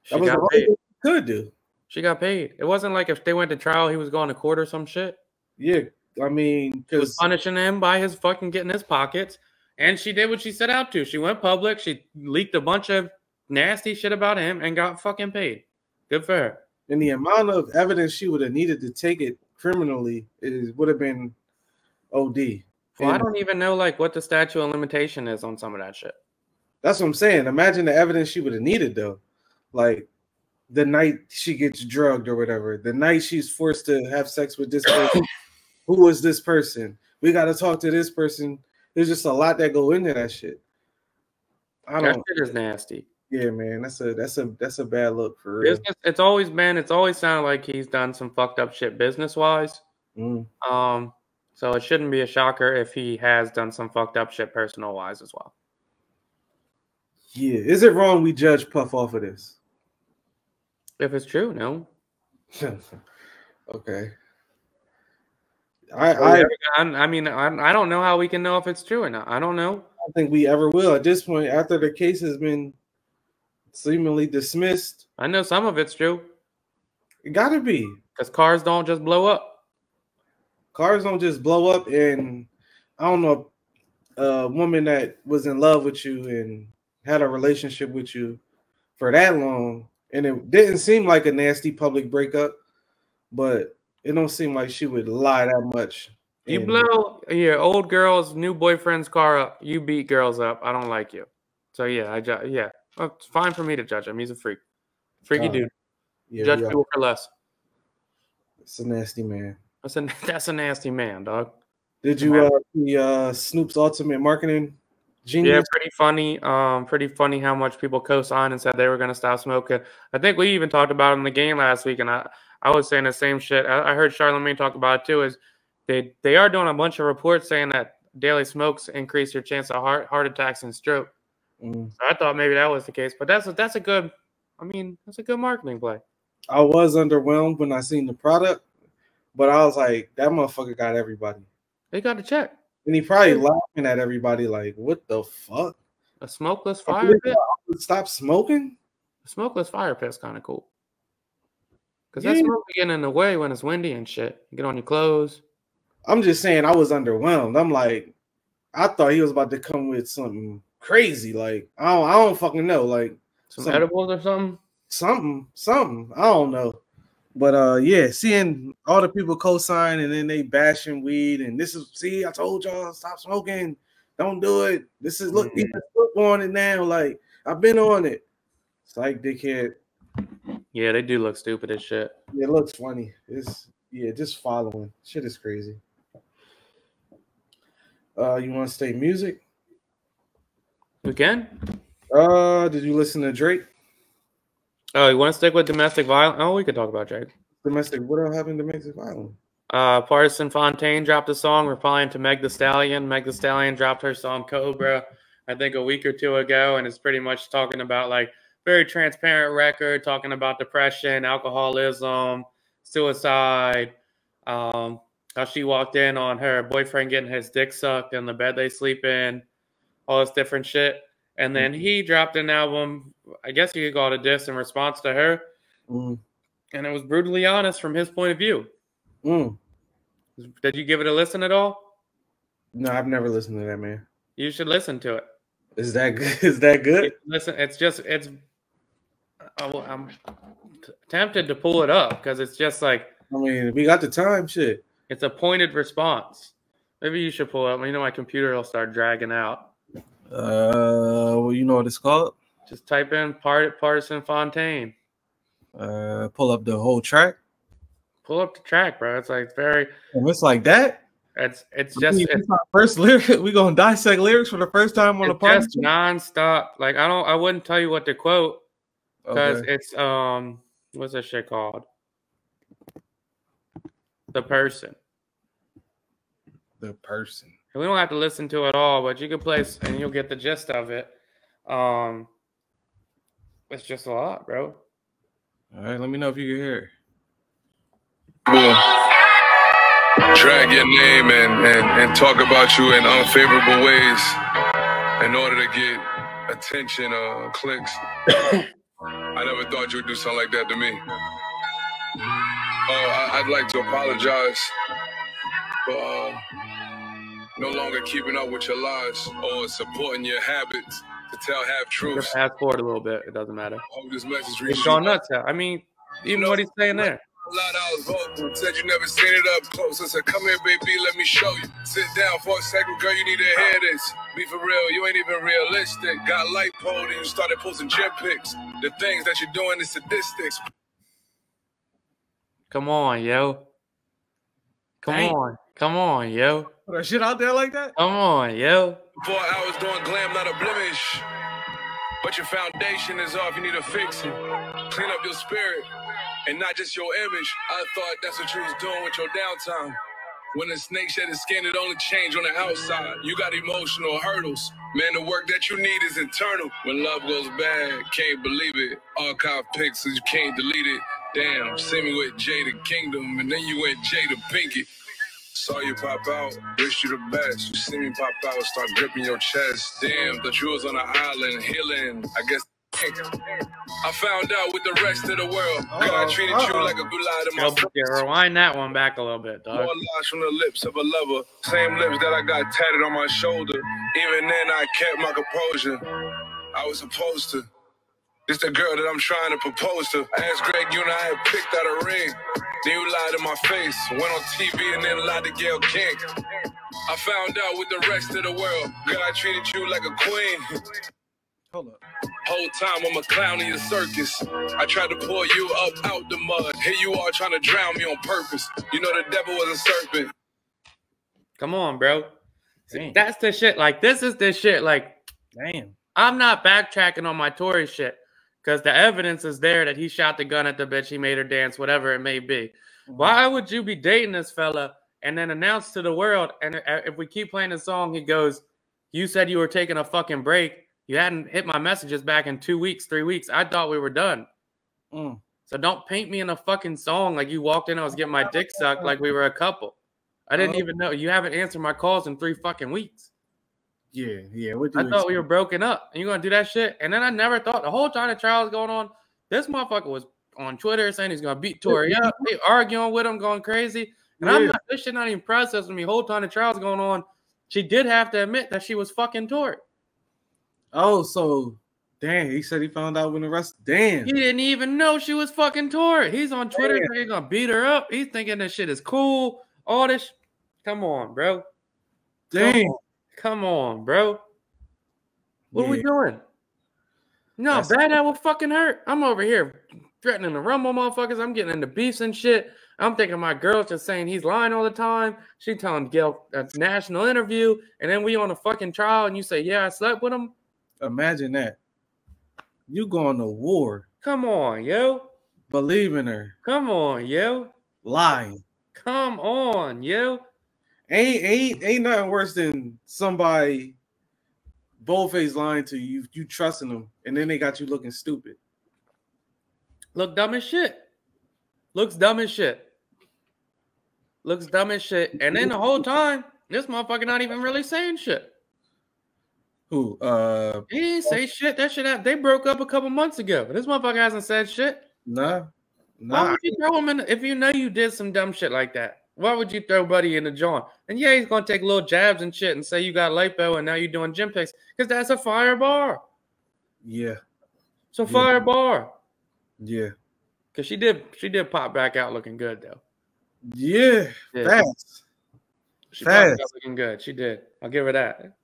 Speaker 1: She
Speaker 2: that was the
Speaker 1: got
Speaker 2: only
Speaker 1: paid.
Speaker 2: thing you could do.
Speaker 1: She got paid. It wasn't like if they went to trial, he was going to court or some shit.
Speaker 2: Yeah, I mean,
Speaker 1: She was
Speaker 2: because
Speaker 1: punishing him by his fucking getting his pockets. And she did what she set out to. She went public. She leaked a bunch of nasty shit about him and got fucking paid. Good for her.
Speaker 2: and the amount of evidence she would have needed to take it criminally is would have been OD.
Speaker 1: Well, I
Speaker 2: And
Speaker 1: don't even know like what the statute of limitation is on some of that shit.
Speaker 2: that's what I'm saying. Imagine the evidence she would have needed though, like the night she gets drugged or whatever, the night she's forced to have sex with this person. Who was this person? We got to talk to this person. There's just a lot that go into that shit. I
Speaker 1: That
Speaker 2: don't.
Speaker 1: shit is nasty.
Speaker 2: Yeah, man, that's a that's a that's a bad look for real.
Speaker 1: Business, it's always been, it's always sounded like he's done some fucked up shit business wise.
Speaker 2: Mm.
Speaker 1: Um, so it shouldn't be a shocker if he has done some fucked up shit personal wise as well.
Speaker 2: Yeah, is it wrong we judge Puff off of this?
Speaker 1: If it's true, no.
Speaker 2: okay. I, I
Speaker 1: I, I mean, I, I don't know how we can know if it's true or not. I don't know.
Speaker 2: don't think we ever will at this point after the case has been seemingly dismissed.
Speaker 1: I know some of it's true
Speaker 2: It gotta be.
Speaker 1: because cars don't just blow up.
Speaker 2: Cars don't just blow up and I don't know a woman that was in love with you and had a relationship with you for that long and it didn't seem like a nasty public breakup, but it don't seem like she would lie that much.
Speaker 1: You
Speaker 2: And-
Speaker 1: blow your old girl's new boyfriend's car up. You beat girls up. I don't like you. So yeah, I ju- yeah. Well, it's fine for me to judge him. He's a freak, freaky
Speaker 2: Uh,
Speaker 1: dude.
Speaker 2: yeah,
Speaker 1: judge
Speaker 2: yeah,
Speaker 1: people for less.
Speaker 2: it's a nasty man.
Speaker 1: That's a that's a nasty man, dog.
Speaker 2: Did you uh, see uh, Snoop's ultimate marketing genius?
Speaker 1: Yeah, pretty funny. Um, pretty funny how much people co-signed and said they were gonna stop smoking. I think we even talked about it in the game last week, and I I was saying the same shit. I, I heard Charlemagne talk about it too. Is they they are doing a bunch of reports saying that daily smokes increase your chance of heart heart attacks and stroke. Mm. So I thought maybe that was the case, but that's a, that's a good. I mean, that's a good marketing play.
Speaker 2: I was underwhelmed when I seen the product, but I was like, that motherfucker got everybody.
Speaker 1: They got a check,
Speaker 2: and he probably laughing at everybody like, what the fuck?
Speaker 1: A smokeless fire pit.
Speaker 2: Stop smoking.
Speaker 1: A smokeless fire pit's kind of cool. Because yeah. that smoke be getting in the way when it's windy and shit. You get on your clothes.
Speaker 2: I'm just saying, I was underwhelmed. I'm like, I thought he was about to come with something crazy. Like, I don't, I don't fucking know. Like,
Speaker 1: some something, edibles or something?
Speaker 2: Something, something. I don't know. But uh, yeah, seeing all the people co sign and then they bashing weed. And this is, see, I told y'all, stop smoking. Don't do it. This is, look, yeah. look on it now. Like, I've been on it. It's like, dickhead.
Speaker 1: Yeah, they do look stupid as shit.
Speaker 2: It looks funny. It's yeah, just following. Shit is crazy. Uh you want to stay music?
Speaker 1: We can.
Speaker 2: Uh did you listen to Drake?
Speaker 1: Oh, you want to stick with domestic violence? Oh, we could talk about Drake.
Speaker 2: Domestic what else happened to domestic violence?
Speaker 1: Uh Partisan Fontaine dropped a song replying to Meg the Stallion. Meg the Stallion dropped her song Cobra, I think a week or two ago, and it's pretty much talking about like very transparent record talking about depression, alcoholism, suicide. Um, how she walked in on her boyfriend getting his dick sucked in the bed they sleep in, all this different shit. And then mm-hmm. he dropped an album, I guess you could call it a diss in response to her. Mm-hmm.
Speaker 2: Mm,
Speaker 1: And it was brutally honest from his point of view. Mm. Did you give it a listen at all?
Speaker 2: No, I've never listened to that, man.
Speaker 1: You should listen to it.
Speaker 2: Is that good? Is that good?
Speaker 1: Listen, it's just, it's I'm t- tempted to pull it up because it's just like.
Speaker 2: I mean, we got the time, shit.
Speaker 1: It's a pointed response. Maybe you should pull up. You know, my computer will start dragging out.
Speaker 2: Uh, well, you know what it's called.
Speaker 1: Just type in part partisan Fontaine.
Speaker 2: Uh, pull up the whole track.
Speaker 1: Pull up the track, bro. It's like very.
Speaker 2: And it's like that.
Speaker 1: It's it's just I mean, it's,
Speaker 2: first lyric. We gonna dissect lyrics for the first time on the podcast.
Speaker 1: Just nonstop. Like I don't. I wouldn't tell you what to quote because okay. it's um what's that shit called the person
Speaker 2: the person
Speaker 1: we don't have to listen to it all but you can play and you'll get the gist of it um it's just a lot bro
Speaker 2: all right let me know if you can hear
Speaker 4: yeah. Drag your name and, and, and talk about you in unfavorable ways in order to get attention or clicks. I never thought you'd do something like that to me. Uh, I, would like to apologize for uh, no longer keeping up with your lies or supporting your habits to tell half truths.
Speaker 1: Fast forward a little bit; it doesn't matter.
Speaker 4: Hope this message
Speaker 1: reaches you. nuts out. I mean, even you know, what he's saying there.
Speaker 4: A lot I was vocal. Said you never seen it up close. I said, come here, baby, let me show you. Sit down for a second, girl, you need to hear this. Be for real, you ain't even realistic. Got light pole and you started posting gym pics. The things that you're doing is statistics.
Speaker 1: Come on, yo. Come Dang. on. Come on, yo.
Speaker 2: Put that shit out there like that?
Speaker 1: Come on, yo.
Speaker 4: Four hours doing glam, not a blemish. But your foundation is off, you need to fix it. Clean up your spirit and not just your image. I thought that's what you was doing with your downtime. When a snake shed its skin, it only changed on the outside. You got emotional hurdles. Man, the work that you need is internal. When love goes bad, can't believe it. Archive pics, you can't delete it. Damn, see me with Jay the Kingdom, and then you went Jay the Pinkett. Saw you pop out, wish you the best. You see me pop out, start gripping your chest. Damn, the you was on an island, healing. I guess I found out with the rest of the world. Uh-oh, God treated uh-oh. you like a gulag to my
Speaker 1: yeah, Rewind that one back a little bit, dog.
Speaker 4: More lies from the lips of a lover. Same lips that I got tatted on my shoulder. Even then, I kept my composure. I was supposed to. It's the girl that I'm trying to propose to. I asked Greg, you and I had picked out a ring. Then you lied in my face. Went on TV and then lied to Gail King. I found out with the rest of the world. God treated you like a queen. Hold up. Whole time I'm a clown in your circus. I tried to pull you up out the mud. Here you are trying to drown me on purpose. You know the devil was a serpent.
Speaker 1: Come on, bro. See, that's the shit. Like this is the shit. Like,
Speaker 2: damn.
Speaker 1: I'm not backtracking on my Tory shit because the evidence is there that he shot the gun at the bitch. He made her dance, whatever it may be. Mm-hmm. Why would you be dating this fella and then announced to the world. And i- if we keep playing the song, he goes, "You said you were taking a fucking break. You hadn't hit my messages back in two weeks, three weeks. I thought we were done.
Speaker 2: Mm.
Speaker 1: So don't paint me in a fucking song like you walked in. I was getting my dick sucked like we were a couple. I didn't
Speaker 2: Oh.
Speaker 1: even know you haven't answered my calls in three fucking weeks.
Speaker 2: Yeah, yeah. What do
Speaker 1: I
Speaker 2: you
Speaker 1: thought we were
Speaker 2: expect?
Speaker 1: broken up, and you're gonna do that shit. And then I never thought the whole time the trial was going on. This motherfucker was on Twitter saying he's gonna beat Tori up. They arguing with him, going crazy. And I'm
Speaker 2: Yeah.
Speaker 1: not. This shit not even processing me. Whole time the trial's going on, she did have to admit that she was fucking Tori.
Speaker 2: Oh, so damn. He said he found out when the rest. Damn.
Speaker 1: He didn't even know she was fucking Tori. He's on Twitter
Speaker 2: Yeah.
Speaker 1: thinking he's gonna beat her up. He's thinking this shit is cool. All this. sh- Come on, bro. Come
Speaker 2: Damn.
Speaker 1: on. Come on, bro. What are we
Speaker 2: Yeah.
Speaker 1: doing? No,
Speaker 2: That's-
Speaker 1: bad that will fucking hurt. I'm over here threatening to rumble motherfuckers. I'm getting into beefs and shit. I'm thinking my girl's just saying he's lying all the time. She telling Gail a national interview, and then we on a fucking trial, and you say, Yeah, I slept with him.
Speaker 2: Imagine that. You going to war,
Speaker 1: Come on, yo.
Speaker 2: believing her,
Speaker 1: Come on, yo.
Speaker 2: lying.
Speaker 1: Come on, yo.
Speaker 2: Ain't ain't ain't nothing worse than somebody boldface lying to you. You trusting them, and then they got you looking stupid.
Speaker 1: Look dumb as shit. Looks dumb as shit. Looks dumb as shit. And then the whole time, this motherfucker not even really saying shit.
Speaker 2: Who? Uh,
Speaker 1: He didn't say shit. That shit happened. They broke up a couple months ago. This motherfucker hasn't said shit.
Speaker 2: nah,
Speaker 1: Why
Speaker 2: nah.
Speaker 1: would you throw him in if you know you did some dumb shit like that? Why would you throw Buddy in the joint? And yeah, he's gonna take little jabs and shit and say you got lipo and now you're doing gym pics because that's a fire bar.
Speaker 2: Yeah,
Speaker 1: It's a
Speaker 2: Yeah.
Speaker 1: fire bar.
Speaker 2: yeah,
Speaker 1: Cause she did she did pop back out looking good though.
Speaker 2: yeah.
Speaker 1: Yeah.
Speaker 2: Fast.
Speaker 1: She probably
Speaker 2: Facts.
Speaker 1: got looking good. She did. I'll give her that.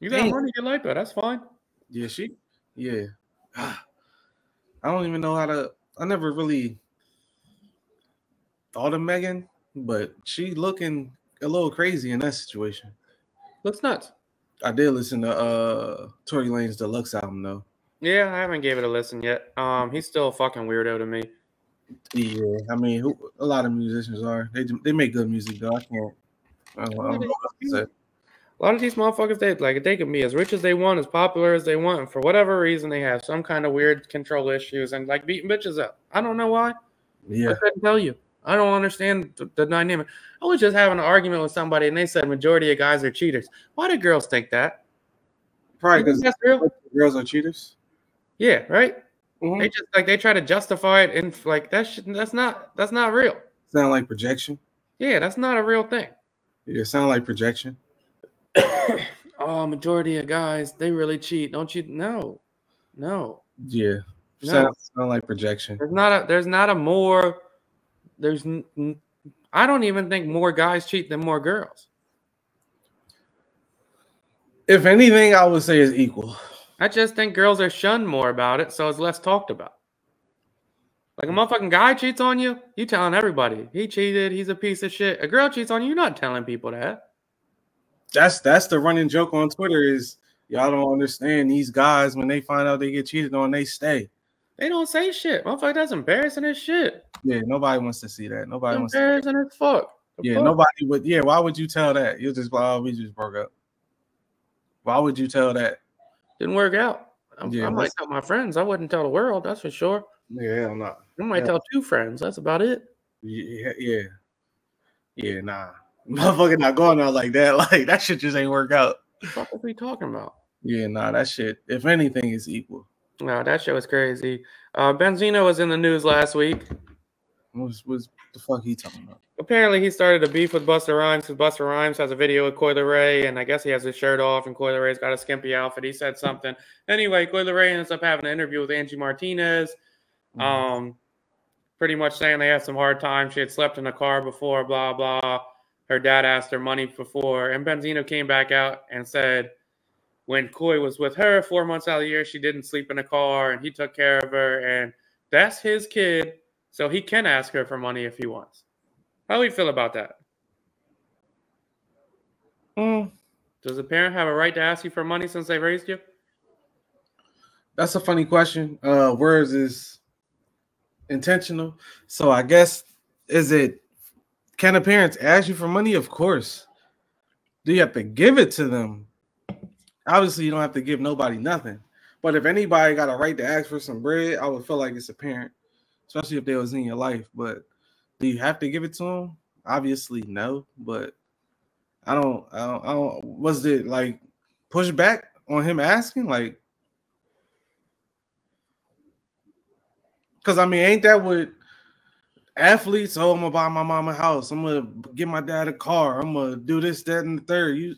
Speaker 1: You got
Speaker 2: Damn.
Speaker 1: money, you like that. That's fine.
Speaker 2: Yeah, she. Yeah. I don't even know how to. I never really thought of Megan, but she looking a little crazy in that situation.
Speaker 1: Looks nuts.
Speaker 2: I did listen to uh Tory Lane's deluxe album though.
Speaker 1: Yeah, I haven't gave it a listen yet. Um, he's still a fucking weirdo to me.
Speaker 2: Yeah, I mean, who, a lot of musicians are. They they make good music though. I can't. I don't, I don't know what to say.
Speaker 1: A lot of these motherfuckers, they like they can be as rich as they want, as popular as they want, and for whatever reason they have some kind of weird control issues and like beating bitches up. I don't know why. I
Speaker 2: Yeah,
Speaker 1: couldn't tell you. I don't understand the, the dynamic. I was just having an argument with somebody, and they said majority of guys are cheaters. Why do girls think that?
Speaker 2: probably
Speaker 1: You think
Speaker 2: because
Speaker 1: that's real.
Speaker 2: girls are cheaters.
Speaker 1: Yeah, right.
Speaker 2: Mhm.
Speaker 1: They just like they try to justify it and like that's that's not that's not real.
Speaker 2: Sound like projection.
Speaker 1: Yeah, that's not a real thing.
Speaker 2: Yeah, sound like projection.
Speaker 1: Oh, majority of guys they really cheat, don't you? No, no.
Speaker 2: Yeah,
Speaker 1: No.
Speaker 2: sound, sound like projection.
Speaker 1: There's not a there's not a more there's n- n- I don't even think more guys cheat than more girls.
Speaker 2: If anything, I would say is equal.
Speaker 1: I just think girls are shunned more about it, so it's less talked about. Like a
Speaker 2: Hmm.
Speaker 1: motherfucking guy cheats on you, you telling everybody he cheated, he's a piece of shit. A girl cheats on you, you're not telling people that.
Speaker 2: That's that's the running joke on Twitter is y'all don't understand these guys when they find out they get cheated on, they stay.
Speaker 1: They don't say shit. Motherfucker, that's embarrassing as shit.
Speaker 2: Yeah, nobody wants to see that. Nobody wants. To,
Speaker 1: Embarrassing as fuck. The
Speaker 2: yeah,
Speaker 1: fuck?
Speaker 2: nobody would. Yeah, why would you tell that? You'll just oh, we just broke up. Why would you tell that?
Speaker 1: didn't work out. I,
Speaker 2: Yeah,
Speaker 1: I might
Speaker 2: that's-
Speaker 1: tell my friends. I wouldn't tell the world. That's for sure.
Speaker 2: Yeah, I'm not.
Speaker 1: I might
Speaker 2: Yeah.
Speaker 1: tell two friends. That's about it.
Speaker 2: Yeah, yeah, yeah. Nah, motherfucker, not going out like that. Like that shit just ain't work out.
Speaker 1: What the fuck are we talking about?
Speaker 2: Yeah, nah, that shit. If anything, is equal.
Speaker 1: No, that shit was crazy. Uh, Benzino was in the news last week.
Speaker 2: What's, what's the fuck he talking about?
Speaker 1: Apparently, he started a beef with Buster Rhymes because Buster Rhymes has a video with Coyle Ray, and I guess he has his shirt off, and Coyle Ray's got a skimpy outfit. He said something. Anyway, Coyle Ray ends up having an interview with Angie Martinez.
Speaker 2: Mm-hmm.
Speaker 1: um, pretty much saying they had some hard time. She had slept in a car before, blah blah. Her dad asked her money before, and Benzino came back out and said, when Coy was with her four months out of the year, she didn't sleep in a car, and he took care of her, and that's his kid, so he can ask her for money if he wants. How do you feel about that?
Speaker 2: Mm,
Speaker 1: Does a parent have a right to ask you for money since they raised you?
Speaker 2: that's a funny question. Uh, words is intentional. So I guess is it Can the parents ask you for money? Of course. Do you have to give it to them? Obviously, you don't have to give nobody nothing. But if anybody got a right to ask for some bread, I would feel like it's a parent, especially if they was in your life. But do you have to give it to them? Obviously, no. But I don't. I don't. I don't was it like push back on him asking? Like, because I mean, ain't that what athletes? Oh, I'm gonna buy my mom a house. I'm gonna get my dad a car. I'm gonna do this, that, and the third. You,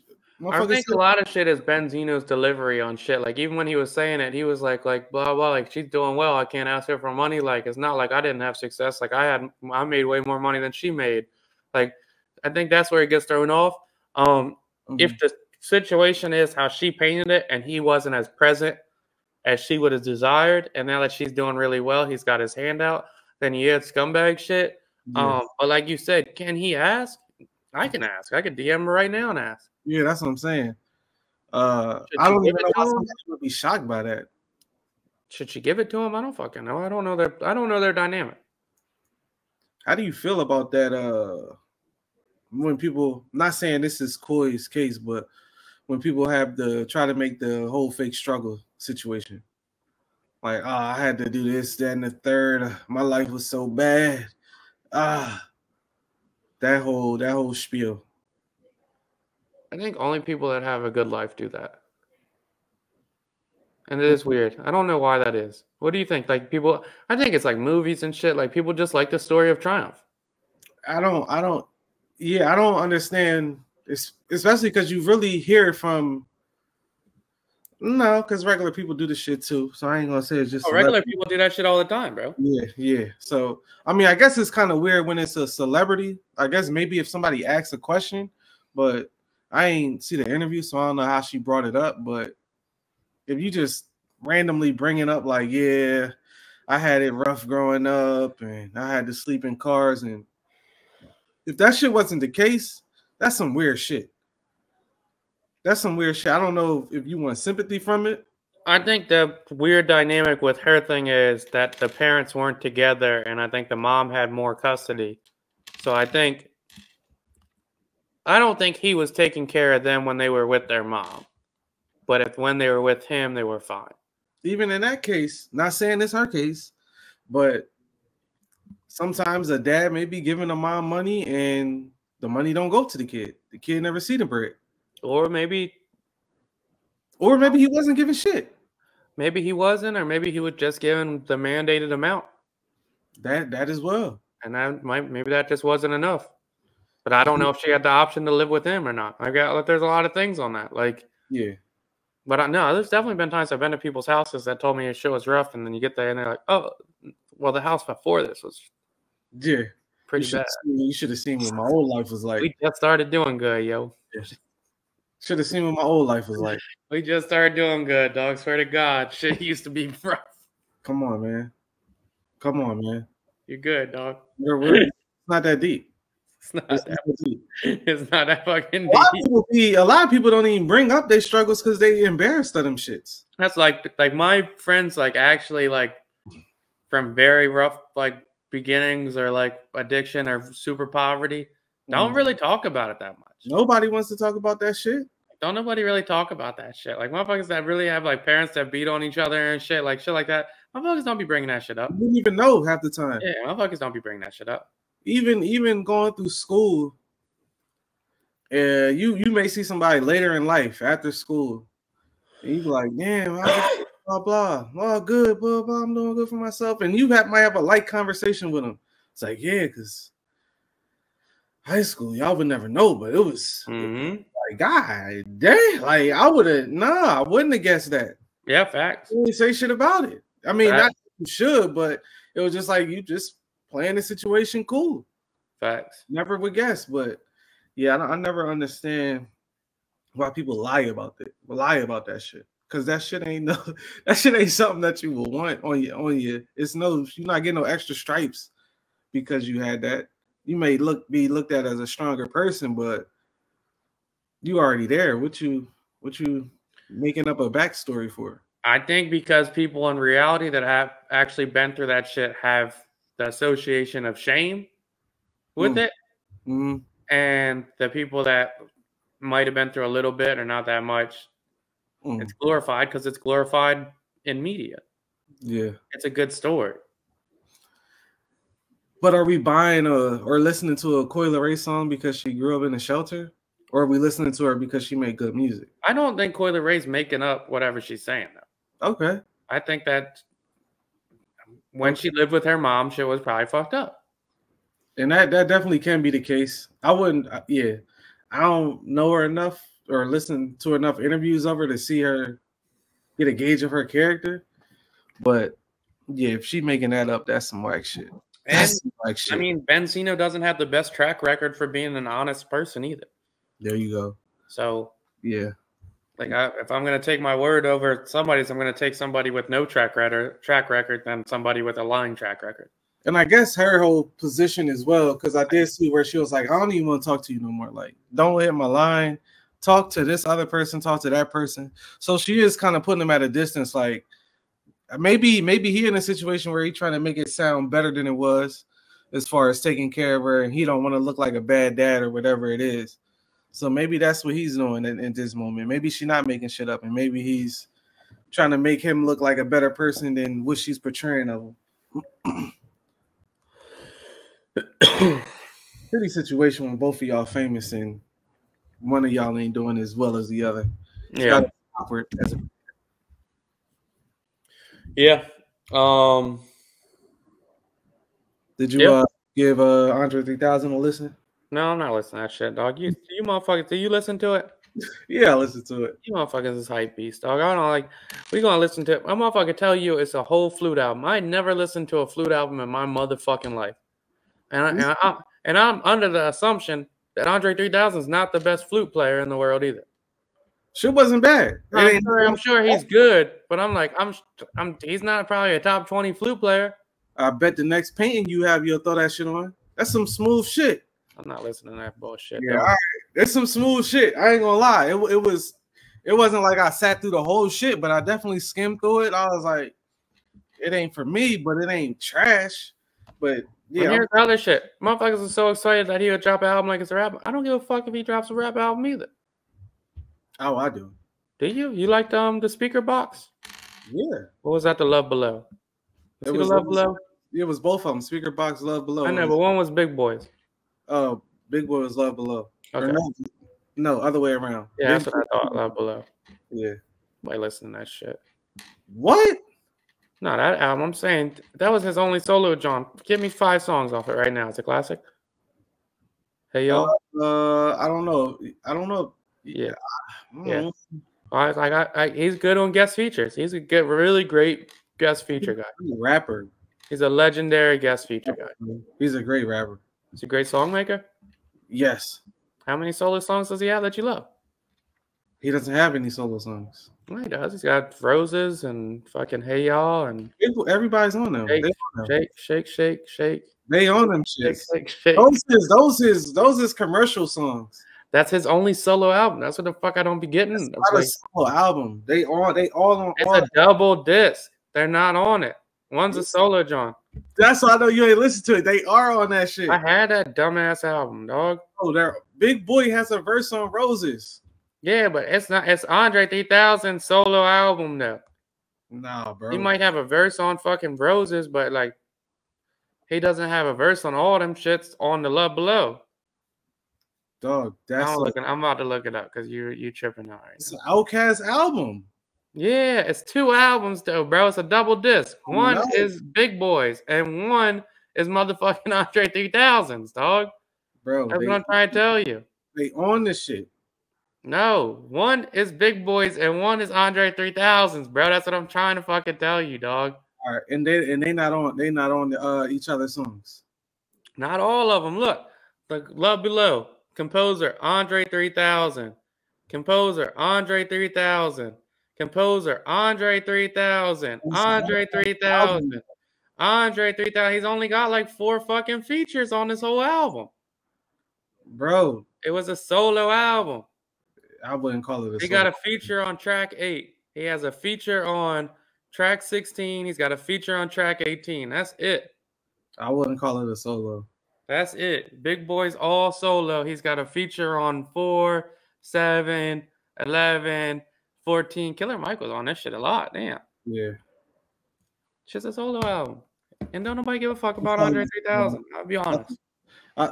Speaker 1: I think a lot of shit is Benzino's delivery on shit. Like even when he was saying it, he was like, like blah blah, like she's doing well. I can't ask her for money. Like it's not like I didn't have success. Like I had, I made way more money than she made. Like I think that's where it gets thrown off. Um, mm-hmm. if the situation is how she painted it, and he wasn't as present as she would have desired, and now that she's doing really well, he's got his hand out. Then you had scumbag shit. Yeah. Um, but like you said, can he ask? I can ask. I could DM her right now and ask.
Speaker 2: Yeah, that's what I'm saying. Uh, I don't even know why somebody would be shocked by that.
Speaker 1: Should she give it to him? I don't fucking know. I don't know their. I don't know their dynamic.
Speaker 2: How do you feel about that? Uh, when people, not saying this is Coy's case, but when people have the try to make the whole fake struggle situation, like, oh, I had to do this, that, and the third. My life was so bad. Ah, that whole that whole spiel.
Speaker 1: I think only people that have a good life do that. And it is weird. I don't know why that is. What do you think? Like people I think it's like movies and shit. Like people just like the story of triumph.
Speaker 2: I don't I don't yeah, I don't understand it's especially because you really hear from no, because regular people do this shit too. So I ain't gonna say it's just
Speaker 1: oh, regular people do that shit all the time, bro.
Speaker 2: Yeah, yeah. So I mean, I guess it's kind of weird when it's a celebrity. I guess maybe if somebody asks a question, but I ain't see the interview, so I don't know how she brought it up. But if you just randomly bring it up, like, yeah, I had it rough growing up and I had to sleep in cars, and if that shit wasn't the case, that's some weird shit. That's some weird shit. I don't know if you want sympathy from it.
Speaker 1: I think the weird dynamic with her thing is that the parents weren't together, and I think the mom had more custody. So I think I don't think he was taking care of them when they were with their mom. But if when they were with him, they were fine.
Speaker 2: Even in that case, not saying it's her case, but sometimes a dad may be giving a mom money and the money don't go to the kid. The kid never see the bread.
Speaker 1: Or maybe
Speaker 2: Or maybe he wasn't giving shit.
Speaker 1: Maybe he wasn't, or maybe he was just giving the mandated amount.
Speaker 2: That that as well.
Speaker 1: And that might maybe that just wasn't enough but I don't know if she had the option to live with him or not. I got like there's a lot of things on that. Like
Speaker 2: yeah,
Speaker 1: but I know there's definitely been times I've been to people's houses that told me your shit was rough, and then you get there and they're like, oh, well the house before this was
Speaker 2: yeah
Speaker 1: pretty
Speaker 2: you
Speaker 1: bad.
Speaker 2: Seen, you should have seen what my old life was like.
Speaker 1: We just started doing good, yo.
Speaker 2: Yeah. Should have seen what my old life was like.
Speaker 1: We just started doing good, dog. Swear to God, shit used to be rough.
Speaker 2: Come on, man. Come on, man.
Speaker 1: You're good, dog.
Speaker 2: You're really, it's not that deep.
Speaker 1: It's not it's that deep. It's not that fucking
Speaker 2: deep. A lot of people, be, a lot of people don't even bring up their struggles because they embarrassed of them shits.
Speaker 1: That's like like my friends like actually like from very rough like beginnings or like addiction or super poverty don't mm. really talk about it that much.
Speaker 2: Nobody wants to talk about that shit.
Speaker 1: Don't nobody really talk about that shit. Like motherfuckers that really have like parents that beat on each other and shit, like shit like that. Motherfuckers don't be bringing that shit up.
Speaker 2: You didn't even know half the time.
Speaker 1: Yeah, motherfuckers don't be bringing that shit up
Speaker 2: even even going through school yeah you you may see somebody later in life after school and you be like damn I, blah blah blah good blah blah i'm doing good for myself and you have, might have a light conversation with them it's like yeah because high school y'all would never know but it was
Speaker 1: mm-hmm.
Speaker 2: like god damn like i would have nah i wouldn't have guessed that
Speaker 1: yeah facts
Speaker 2: you say shit about it i mean facts. not you should but it was just like you just playing the situation cool.
Speaker 1: Facts.
Speaker 2: Never would guess, but yeah, I, I never understand why people lie about that. Lie about that shit because that shit ain't no, that shit ain't something that you will want on your on you. It's no, you're not getting no extra stripes because you had that. You may look be looked at as a stronger person, but you already there. What you what you making up a backstory for?
Speaker 1: I think because people in reality that have actually been through that shit have the association of shame with mm. it.
Speaker 2: hmm
Speaker 1: and the people that might have been through a little bit or not that much
Speaker 2: Mm.
Speaker 1: it's glorified because it's glorified in media
Speaker 2: Yeah.
Speaker 1: it's a good story
Speaker 2: But are we buying a or listening to a Coil Ray song because she grew up in a shelter? Or are we listening to her because she made good music?
Speaker 1: i don't think coyle ray's making up whatever she's saying though
Speaker 2: Okay.
Speaker 1: i think that when she lived with her mom she was probably fucked up
Speaker 2: And that that definitely can be the case. I wouldn't I- yeah. I don't know her enough or listen to enough interviews of her to see her get a gauge of her character. But yeah, if she making that up, that's some whack shit.
Speaker 1: and
Speaker 2: That's some whack shit.
Speaker 1: i mean bencino doesn't have the best track record for being an honest person either
Speaker 2: there you go.
Speaker 1: so
Speaker 2: Yeah.
Speaker 1: like I, if i'm going to take my word over somebody's i'm going to take somebody with no track record track record than somebody with a lying track record
Speaker 2: And I guess her whole position as well, because I did see where she was like, I don't even want to talk to you no more. Like, don't hit my line. Talk to this other person, talk to that person. So she is kind of putting him at a distance. Like maybe, maybe he in a situation where he trying to make it sound better than it was as far as taking care of her, and he don't want to look like a bad dad or whatever it is. So maybe that's what he's doing in, in this moment. Maybe she's not making shit up, and maybe he's trying to make him look like a better person than what she's portraying of him. shitty situation when both of y'all famous and one of y'all ain't doing as well as the other. Gotta be awkward. That's-
Speaker 1: yeah um
Speaker 2: Did you
Speaker 1: Yeah.
Speaker 2: uh, give uh, Andre 3000 a listen?
Speaker 1: No, I'm not listening to that shit, dog. You you motherfuckers, do you listen to it?
Speaker 2: Yeah, I listened to it.
Speaker 1: You motherfuckers is hype beast, dog. I don't like we gonna listen to it. My motherfucker tell you it's a whole flute album. I never listened to a flute album in my motherfucking life. And I, and, I, and I'm under the assumption that Andre 3000 is not the best flute player in the world either.
Speaker 2: Shit wasn't bad. It
Speaker 1: I'm
Speaker 2: ain't-
Speaker 1: sure, I'm sure he's good, but I'm like I'm I'm he's not probably a top 20 flute player.
Speaker 2: I bet the next painting you have, you'll throw that shit on. That's some smooth shit.
Speaker 1: I'm not listening to that bullshit.
Speaker 2: Yeah,
Speaker 1: dog.
Speaker 2: all right. It's some smooth shit. I ain't gonna lie. It, wa- it was, it wasn't like I sat through the whole shit, but I definitely skimmed through it. I was like, it ain't for me, but it ain't trash. But
Speaker 1: And
Speaker 2: yeah,
Speaker 1: here's the other shit. Motherfuckers are so excited that he would drop an album like it's a rap. I don't give a fuck if he drops a rap album either.
Speaker 2: oh, I do.
Speaker 1: Do you? You liked um the speaker box?
Speaker 2: Yeah.
Speaker 1: What was that? The Love Below.
Speaker 2: It
Speaker 1: See the
Speaker 2: was
Speaker 1: Love
Speaker 2: Love
Speaker 1: Below?
Speaker 2: It was both of them. Speaker box, love below.
Speaker 1: I know, but one was Big Boys.
Speaker 2: Uh, Big Boy was love below. Or
Speaker 1: Okay.
Speaker 2: no, no, other way around.
Speaker 1: Yeah, that's
Speaker 2: Big-
Speaker 1: what I thought. Love Below.
Speaker 2: yeah.
Speaker 1: By listening to that shit.
Speaker 2: What?
Speaker 1: No, that album. I'm saying that was his only solo. John, give me five songs off it right now. It's a classic. Hey yo,
Speaker 2: Uh, I don't know. I don't know.
Speaker 1: yeah.
Speaker 2: I don't
Speaker 1: Yeah.
Speaker 2: know.
Speaker 1: I was like, I, I, he's good on guest features. He's a good, really great guest feature guy.
Speaker 2: He's a rapper.
Speaker 1: He's a legendary guest feature guy.
Speaker 2: He's a great rapper.
Speaker 1: He's a great songmaker.
Speaker 2: Yes.
Speaker 1: How many solo songs does he have that you love?
Speaker 2: He doesn't have any solo songs.
Speaker 1: Well, he does. He's got roses and fucking hey y'all and
Speaker 2: Big Boy- Everybody's on them.
Speaker 1: Hey.
Speaker 2: They, on them.
Speaker 1: shake, shake, shake, shake,
Speaker 2: They on them
Speaker 1: shake,
Speaker 2: shits.
Speaker 1: shake, shake.
Speaker 2: Those is those is those is commercial songs.
Speaker 1: That's his only solo album. That's what the fuck I don't be getting.
Speaker 2: That's
Speaker 1: It's,
Speaker 2: not
Speaker 1: Mm, like-
Speaker 2: a solo album. They all they all on.
Speaker 1: it's
Speaker 2: on.
Speaker 1: a double disc. They're not on it. One's a solo, John.
Speaker 2: That's why I know you ain't listen to it. They are on that shit.
Speaker 1: I had that dumbass album, dog.
Speaker 2: Oh, there. Big Boy has a verse on Roses.
Speaker 1: Yeah, but it's not. It's Andre 3000 solo album though.
Speaker 2: Nah, bro.
Speaker 1: He might have a verse on fucking roses, but like he doesn't have a verse on all them shits on the love below.
Speaker 2: Dog, that's
Speaker 1: I'm
Speaker 2: a-
Speaker 1: looking. I'm about to look it up because you you tripping out right now.
Speaker 2: it's an Outcast album.
Speaker 1: Yeah, it's two albums though, bro. It's a double disc. One
Speaker 2: no.
Speaker 1: is Big Boys, and one is motherfucking Andre 3000s, dog.
Speaker 2: Bro,
Speaker 1: That's
Speaker 2: Oh, they,
Speaker 1: what I'm trying to tell you.
Speaker 2: they on this shit.
Speaker 1: No, one is Big Boys and one is Andre 3000s, bro. That's what I'm trying to fucking tell you, dog.
Speaker 2: All right, and they and they not on they not on uh each other's songs.
Speaker 1: Not all of them. Look, the Love Below, composer Andre 3000, composer Andre 3000, composer Andre 3000,
Speaker 2: It's not
Speaker 1: Andre 3000, Andre 3000. He's only got like four fucking features on this whole album.
Speaker 2: Bro,
Speaker 1: It was a solo album.
Speaker 2: I wouldn't call it a
Speaker 1: He
Speaker 2: song.
Speaker 1: got a feature on track eight. He has a feature on track 16. He's got a feature on track 18. That's it.
Speaker 2: I wouldn't call it a solo.
Speaker 1: That's it. Big Boy's all solo. He's got a feature on 4, 7, 11, 14. Killer Mike was on this shit a lot. Damn.
Speaker 2: Yeah.
Speaker 1: Shit's a solo album. And don't nobody give a fuck about
Speaker 2: Oh,
Speaker 1: Andre 3000. I'll be honest.
Speaker 2: Oh,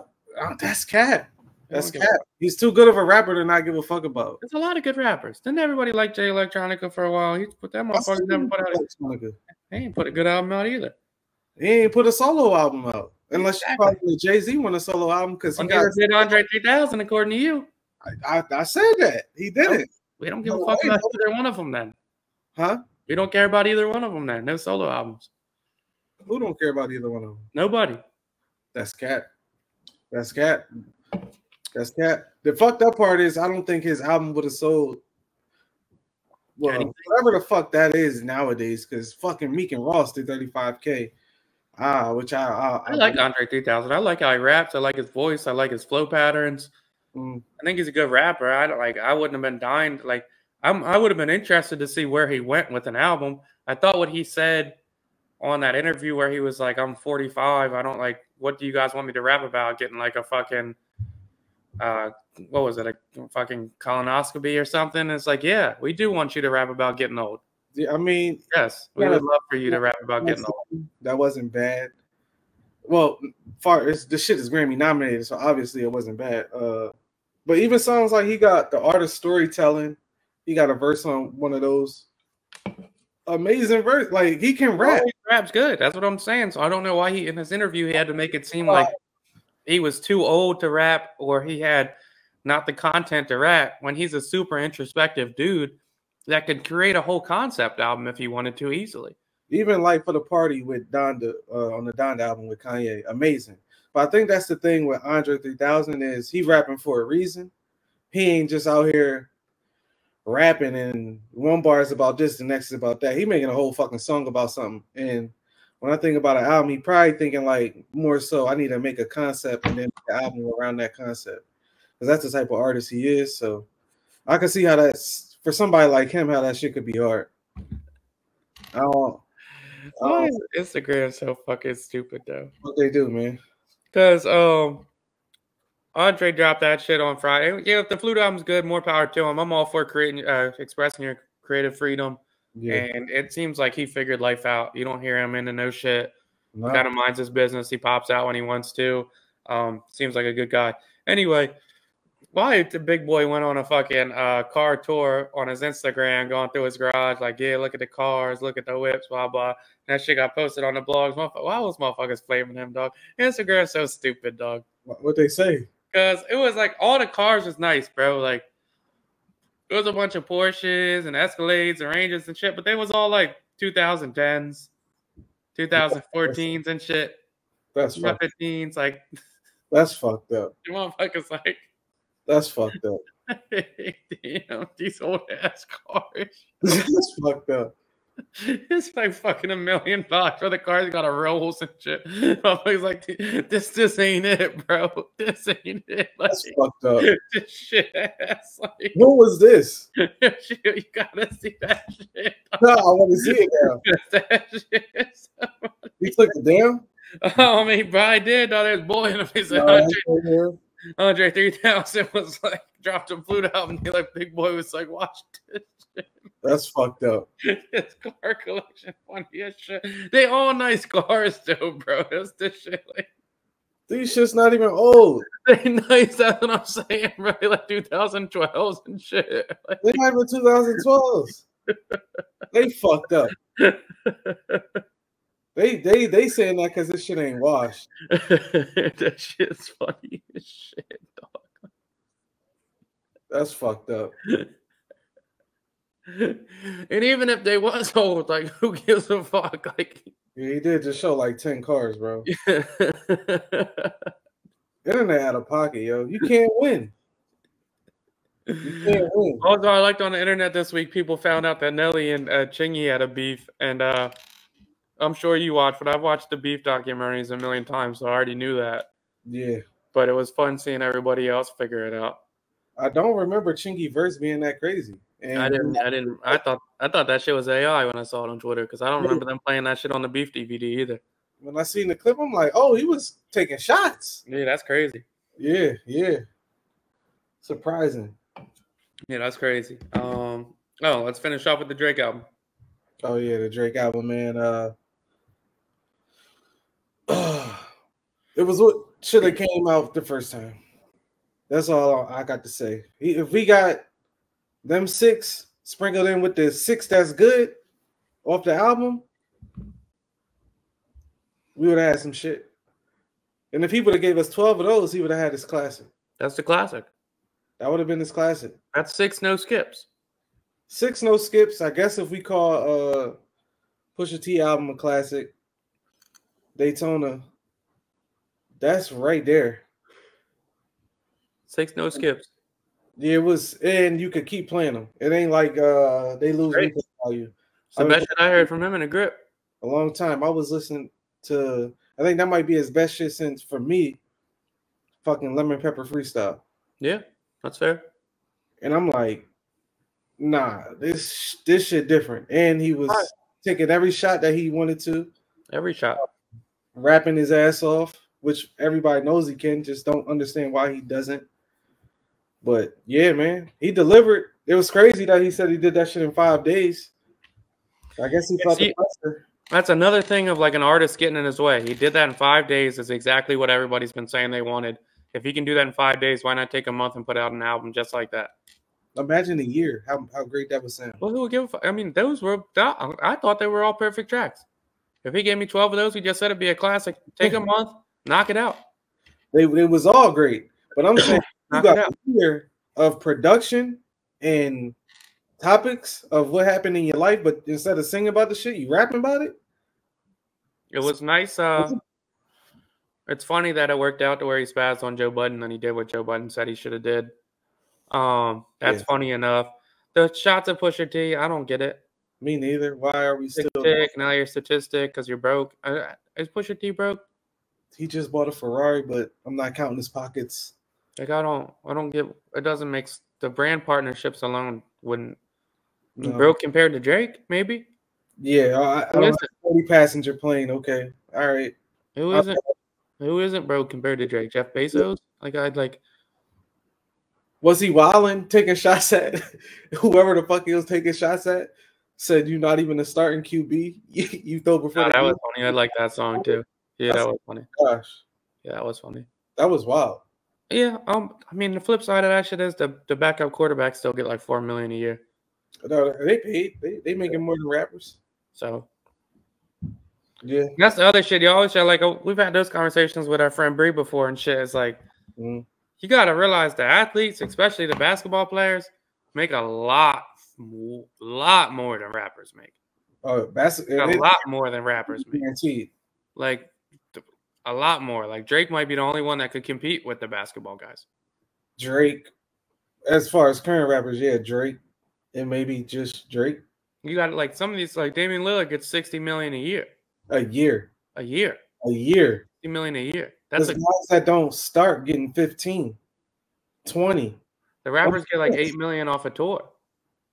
Speaker 2: that's Cat. That's
Speaker 1: Okay.
Speaker 2: Cat. He's too good of a rapper to not give a fuck about.
Speaker 1: There's a lot of good rappers. Didn't everybody like Jay Electronica for a while? He put that motherfucker never put out.
Speaker 2: Nigga.
Speaker 1: He ain't put a good album out either.
Speaker 2: He ain't put a solo album out. Unless you probably Jay Z want a solo album because
Speaker 1: He
Speaker 2: he got.
Speaker 1: never did Andre 3000, according to you.
Speaker 2: I, I, I said that he didn't,
Speaker 1: We don't give a
Speaker 2: No
Speaker 1: fuck
Speaker 2: way,
Speaker 1: about either one of them then.
Speaker 2: huh?
Speaker 1: We don't care about either one of them then. No solo albums.
Speaker 2: Who don't care about either one of them?
Speaker 1: Nobody.
Speaker 2: That's cat. That's cat. That's cat. The fucked up part is I don't think his album would have sold. Well,
Speaker 1: Anything.
Speaker 2: whatever the fuck that is nowadays, because fucking Meek and Ross did 35k. Ah, which I I,
Speaker 1: I like Andre 3000. I like how he raps. I like his voice. I like his flow patterns.
Speaker 2: Mm,
Speaker 1: I think he's a good rapper. I don't- like. I wouldn't have been dying. Like, I'm. I would have been interested to see where he went with an album. I thought what he said on that interview where he was like, "I'm 45. I don't like. What do you guys want me to rap about? Getting like a fucking, uh, what was it? A fucking colonoscopy or something? It's like, yeah, we do want you to rap about getting old.
Speaker 2: yeah, I mean
Speaker 1: Yes, we
Speaker 2: Yeah,
Speaker 1: would love for you to rap about getting old.
Speaker 2: that wasn't bad. Well, far as the shit is Grammy nominated, so obviously it wasn't bad. Uh, but even songs like he got the art of storytelling. He got a verse on one of those amazing verse. Like he can rap.
Speaker 1: rap. Oh, Rap's good. That's what I'm saying. So I don't know why he in his interview he had to make it seem like he was too old to rap or he had not the content to rap when he's a super introspective dude that could create a whole concept album if he wanted to easily.
Speaker 2: even like for the party with Donda uh, on the Donda album with Kanye, amazing. But I think that's the thing with Andre 3000 is he rapping for a reason. He ain't just out here rapping and one bar is about this, the next is about that. He making a whole fucking song about something. And when I think about an album, he probably thinking like more so I need to make a concept and then make an album around that concept because that's the type of artist he is. So I can see how that's for somebody like him how that shit could be hard. I don't. I
Speaker 1: Why
Speaker 2: don't-
Speaker 1: is Instagram so fucking stupid though?
Speaker 2: what they do, man.
Speaker 1: Because um Andre dropped that shit on Friday. Yeah, if the flute album's good, more power to him. I'm all for creating uh, expressing your creative freedom. And it seems like he figured life out. You don't hear him into no shit.
Speaker 2: No.
Speaker 1: kind of minds his business. He pops out when he wants to. Um, seems like a good guy. Anyway, why the big boy went on a fucking uh, car tour on his Instagram, going through his garage, like, yeah, look at the cars, look at the whips, blah blah. And that shit got posted on the blogs. Motherf- Why was motherfuckers flaming him, dog? Instagram's so stupid, dog.
Speaker 2: what they say?
Speaker 1: Cause it was like all the cars was nice, bro. Like it was a bunch of Porsches and Escalades and Rangers and shit, but they was all like 2010s, 2014s and shit.
Speaker 2: That's
Speaker 1: You got
Speaker 2: fucked.
Speaker 1: 15s, like
Speaker 2: That's fucked up.
Speaker 1: you motherfuckers like
Speaker 2: That's fucked up.
Speaker 1: damn these old ass cars.
Speaker 2: That's fucked up.
Speaker 1: It's like fucking a million bucks for the cars got a rolls and shit. Motherfuckers like this this ain't it, bro. This ain't it. Like
Speaker 2: That's fucked up.
Speaker 1: this shit ass. Like
Speaker 2: What was this?
Speaker 1: shit, you gotta see that shit.
Speaker 2: No, I want to see it now.
Speaker 1: that shit. is-
Speaker 2: He took it down.
Speaker 1: Oh, I mean, Brian did. No, there's boy in him. He's
Speaker 2: No,
Speaker 1: hundred.
Speaker 2: that's right here.
Speaker 1: Andre 3000 was like dropped a flute out and he like big boy was like watch
Speaker 2: That's fucked up.
Speaker 1: this, this car collection funny as shit. They all nice cars though, bro. That's the shit. Like
Speaker 2: These shit's not even old.
Speaker 1: they nice. That's what I'm saying, bro. They, Like 2012s and shit. Like,
Speaker 2: They not even 2012s. They fucked up. They they they saying that because this shit ain't washed.
Speaker 1: that shit's funny as shit, dog.
Speaker 2: That's fucked up.
Speaker 1: And even if they was old, like who gives a fuck? Like
Speaker 2: Yeah, he did just show like ten cars, bro. Internet out of pocket, yo. You can't win. You can't win.
Speaker 1: Also, I liked on the internet this week, people found out that Nelly and uh, Chingy had a beef, and uh, I'm sure you watched, but I've watched the beef documentaries a million times, so I already knew that.
Speaker 2: Yeah.
Speaker 1: But it was fun seeing everybody else figure it out.
Speaker 2: I don't remember Chingy verse being that crazy. And
Speaker 1: I didn't, I didn't, I thought, I thought that shit was AI when I saw it on Twitter because I don't remember them playing that shit on the beef DVD either.
Speaker 2: When I seen the clip, I'm like, oh, he was taking shots.
Speaker 1: Yeah, that's crazy.
Speaker 2: Yeah, yeah. Surprising.
Speaker 1: Yeah, that's crazy. Um, oh, let's finish off with the Drake album.
Speaker 2: Oh yeah, the Drake album, man. Uh, it was what should have came out the first time. That's all I got to say. He- If we got them six sprinkled in with the six that's good off the album, we would have had some shit. And if he would have gave us twelve of those, he would have had his classic.
Speaker 1: That's the classic.
Speaker 2: That would have been his classic.
Speaker 1: That's six no skips.
Speaker 2: Six no skips. I guess if we call uh Pusha T album a classic, Daytona, that's right there.
Speaker 1: Six no skips.
Speaker 2: Yeah, it was, and you could keep playing them. It ain't like uh they lose
Speaker 1: Great.
Speaker 2: replay value.
Speaker 1: It's the
Speaker 2: I
Speaker 1: best
Speaker 2: mean,
Speaker 1: shit I heard from him in a grip.
Speaker 2: a long time. I was listening to. I think that might be his best shit since for me. Fucking lemon pepper freestyle,
Speaker 1: Yeah, that's fair.
Speaker 2: and I'm like, nah, this this shit different. And he was
Speaker 1: Right.
Speaker 2: taking every shot that he wanted to.
Speaker 1: Every shot.
Speaker 2: rapping his ass off, which everybody knows he can, just don't understand why he doesn't. But yeah, man, he delivered. It was crazy that he said he did that shit in five days. I guess he
Speaker 1: Yeah,
Speaker 2: felt
Speaker 1: see-
Speaker 2: the pressure.
Speaker 1: That's another thing of like an artist getting in his way. He did that in five days. Is exactly what everybody's been saying they wanted. If he can do that in five days, why not take a month and put out an album just like that?
Speaker 2: Imagine a year, how, how great that would sound.
Speaker 1: Well, who would give a fuck? I mean, those were, I I thought they were all perfect tracks. If he gave me 12 of those, he just said it'd be a classic. Take a month, knock it out.
Speaker 2: They it was all great, but I'm saying you
Speaker 1: Knock it
Speaker 2: got
Speaker 1: out.
Speaker 2: a year of production and topics of what happened in your life, but instead of singing about the shit, you rapping about it.
Speaker 1: It was nice. Uh, it's funny that it worked out to where he spazzed on Joe Budden and he did what Joe Budden said he should have did. Um, that's
Speaker 2: Yeah.
Speaker 1: funny enough. The shots at Pusher T, I don't get it.
Speaker 2: Me neither. Why are we still?
Speaker 1: Statistic, now you're statistic because you're broke. Uh, is Pusher T broke?
Speaker 2: He just bought a Ferrari, but I'm not counting his pockets.
Speaker 1: Like I don't, I don't get. It doesn't make s- the brand partnerships alone wouldn't
Speaker 2: No.
Speaker 1: broke compared to Drake. Maybe
Speaker 2: Yeah, I, I
Speaker 1: who
Speaker 2: don't
Speaker 1: isn't?
Speaker 2: forty passenger plane. Okay, all right.
Speaker 1: Who
Speaker 2: Uh,
Speaker 1: isn't? Who isn't broke compared to Drake? Jeff Bezos? Like I'd like.
Speaker 2: Was he wilding, taking shots at whoever the fuck he was taking shots at? Said you not even a starting QB. You, you throw before
Speaker 1: Nah,
Speaker 2: the
Speaker 1: that was
Speaker 2: game?"
Speaker 1: funny. I like that song too. Yeah, that was funny.
Speaker 2: gosh,
Speaker 1: Yeah, that was funny.
Speaker 2: that was wild.
Speaker 1: Yeah, um, I mean the flip side of that shit is the the backup quarterbacks still get like four million a year.
Speaker 2: No, They paid. They they making more than rappers.
Speaker 1: So
Speaker 2: Yeah.
Speaker 1: that's the other shit. You always say like oh, we've had those conversations with our friend Bree before and shit. It's like
Speaker 2: Mhm.
Speaker 1: you gotta realize the athletes, especially the basketball players, make a lot mo- lot more than rappers make.
Speaker 2: Oh, that's
Speaker 1: A
Speaker 2: it-
Speaker 1: lot more than rappers
Speaker 2: it's
Speaker 1: make.
Speaker 2: guaranteed.
Speaker 1: Like th- a lot more. Like Drake might be the only one that could compete with the basketball guys.
Speaker 2: Drake, as far as current rappers, yeah, Drake, and maybe just Drake
Speaker 1: You got like some of these like Damian Lillard gets sixty million a year.
Speaker 2: a year,
Speaker 1: A year.
Speaker 2: a year.
Speaker 1: 60 million a year.
Speaker 2: That's
Speaker 1: That's a,
Speaker 2: guys that don't start getting 15, 20.
Speaker 1: the rappers get like
Speaker 2: course.
Speaker 1: eight million off a tour.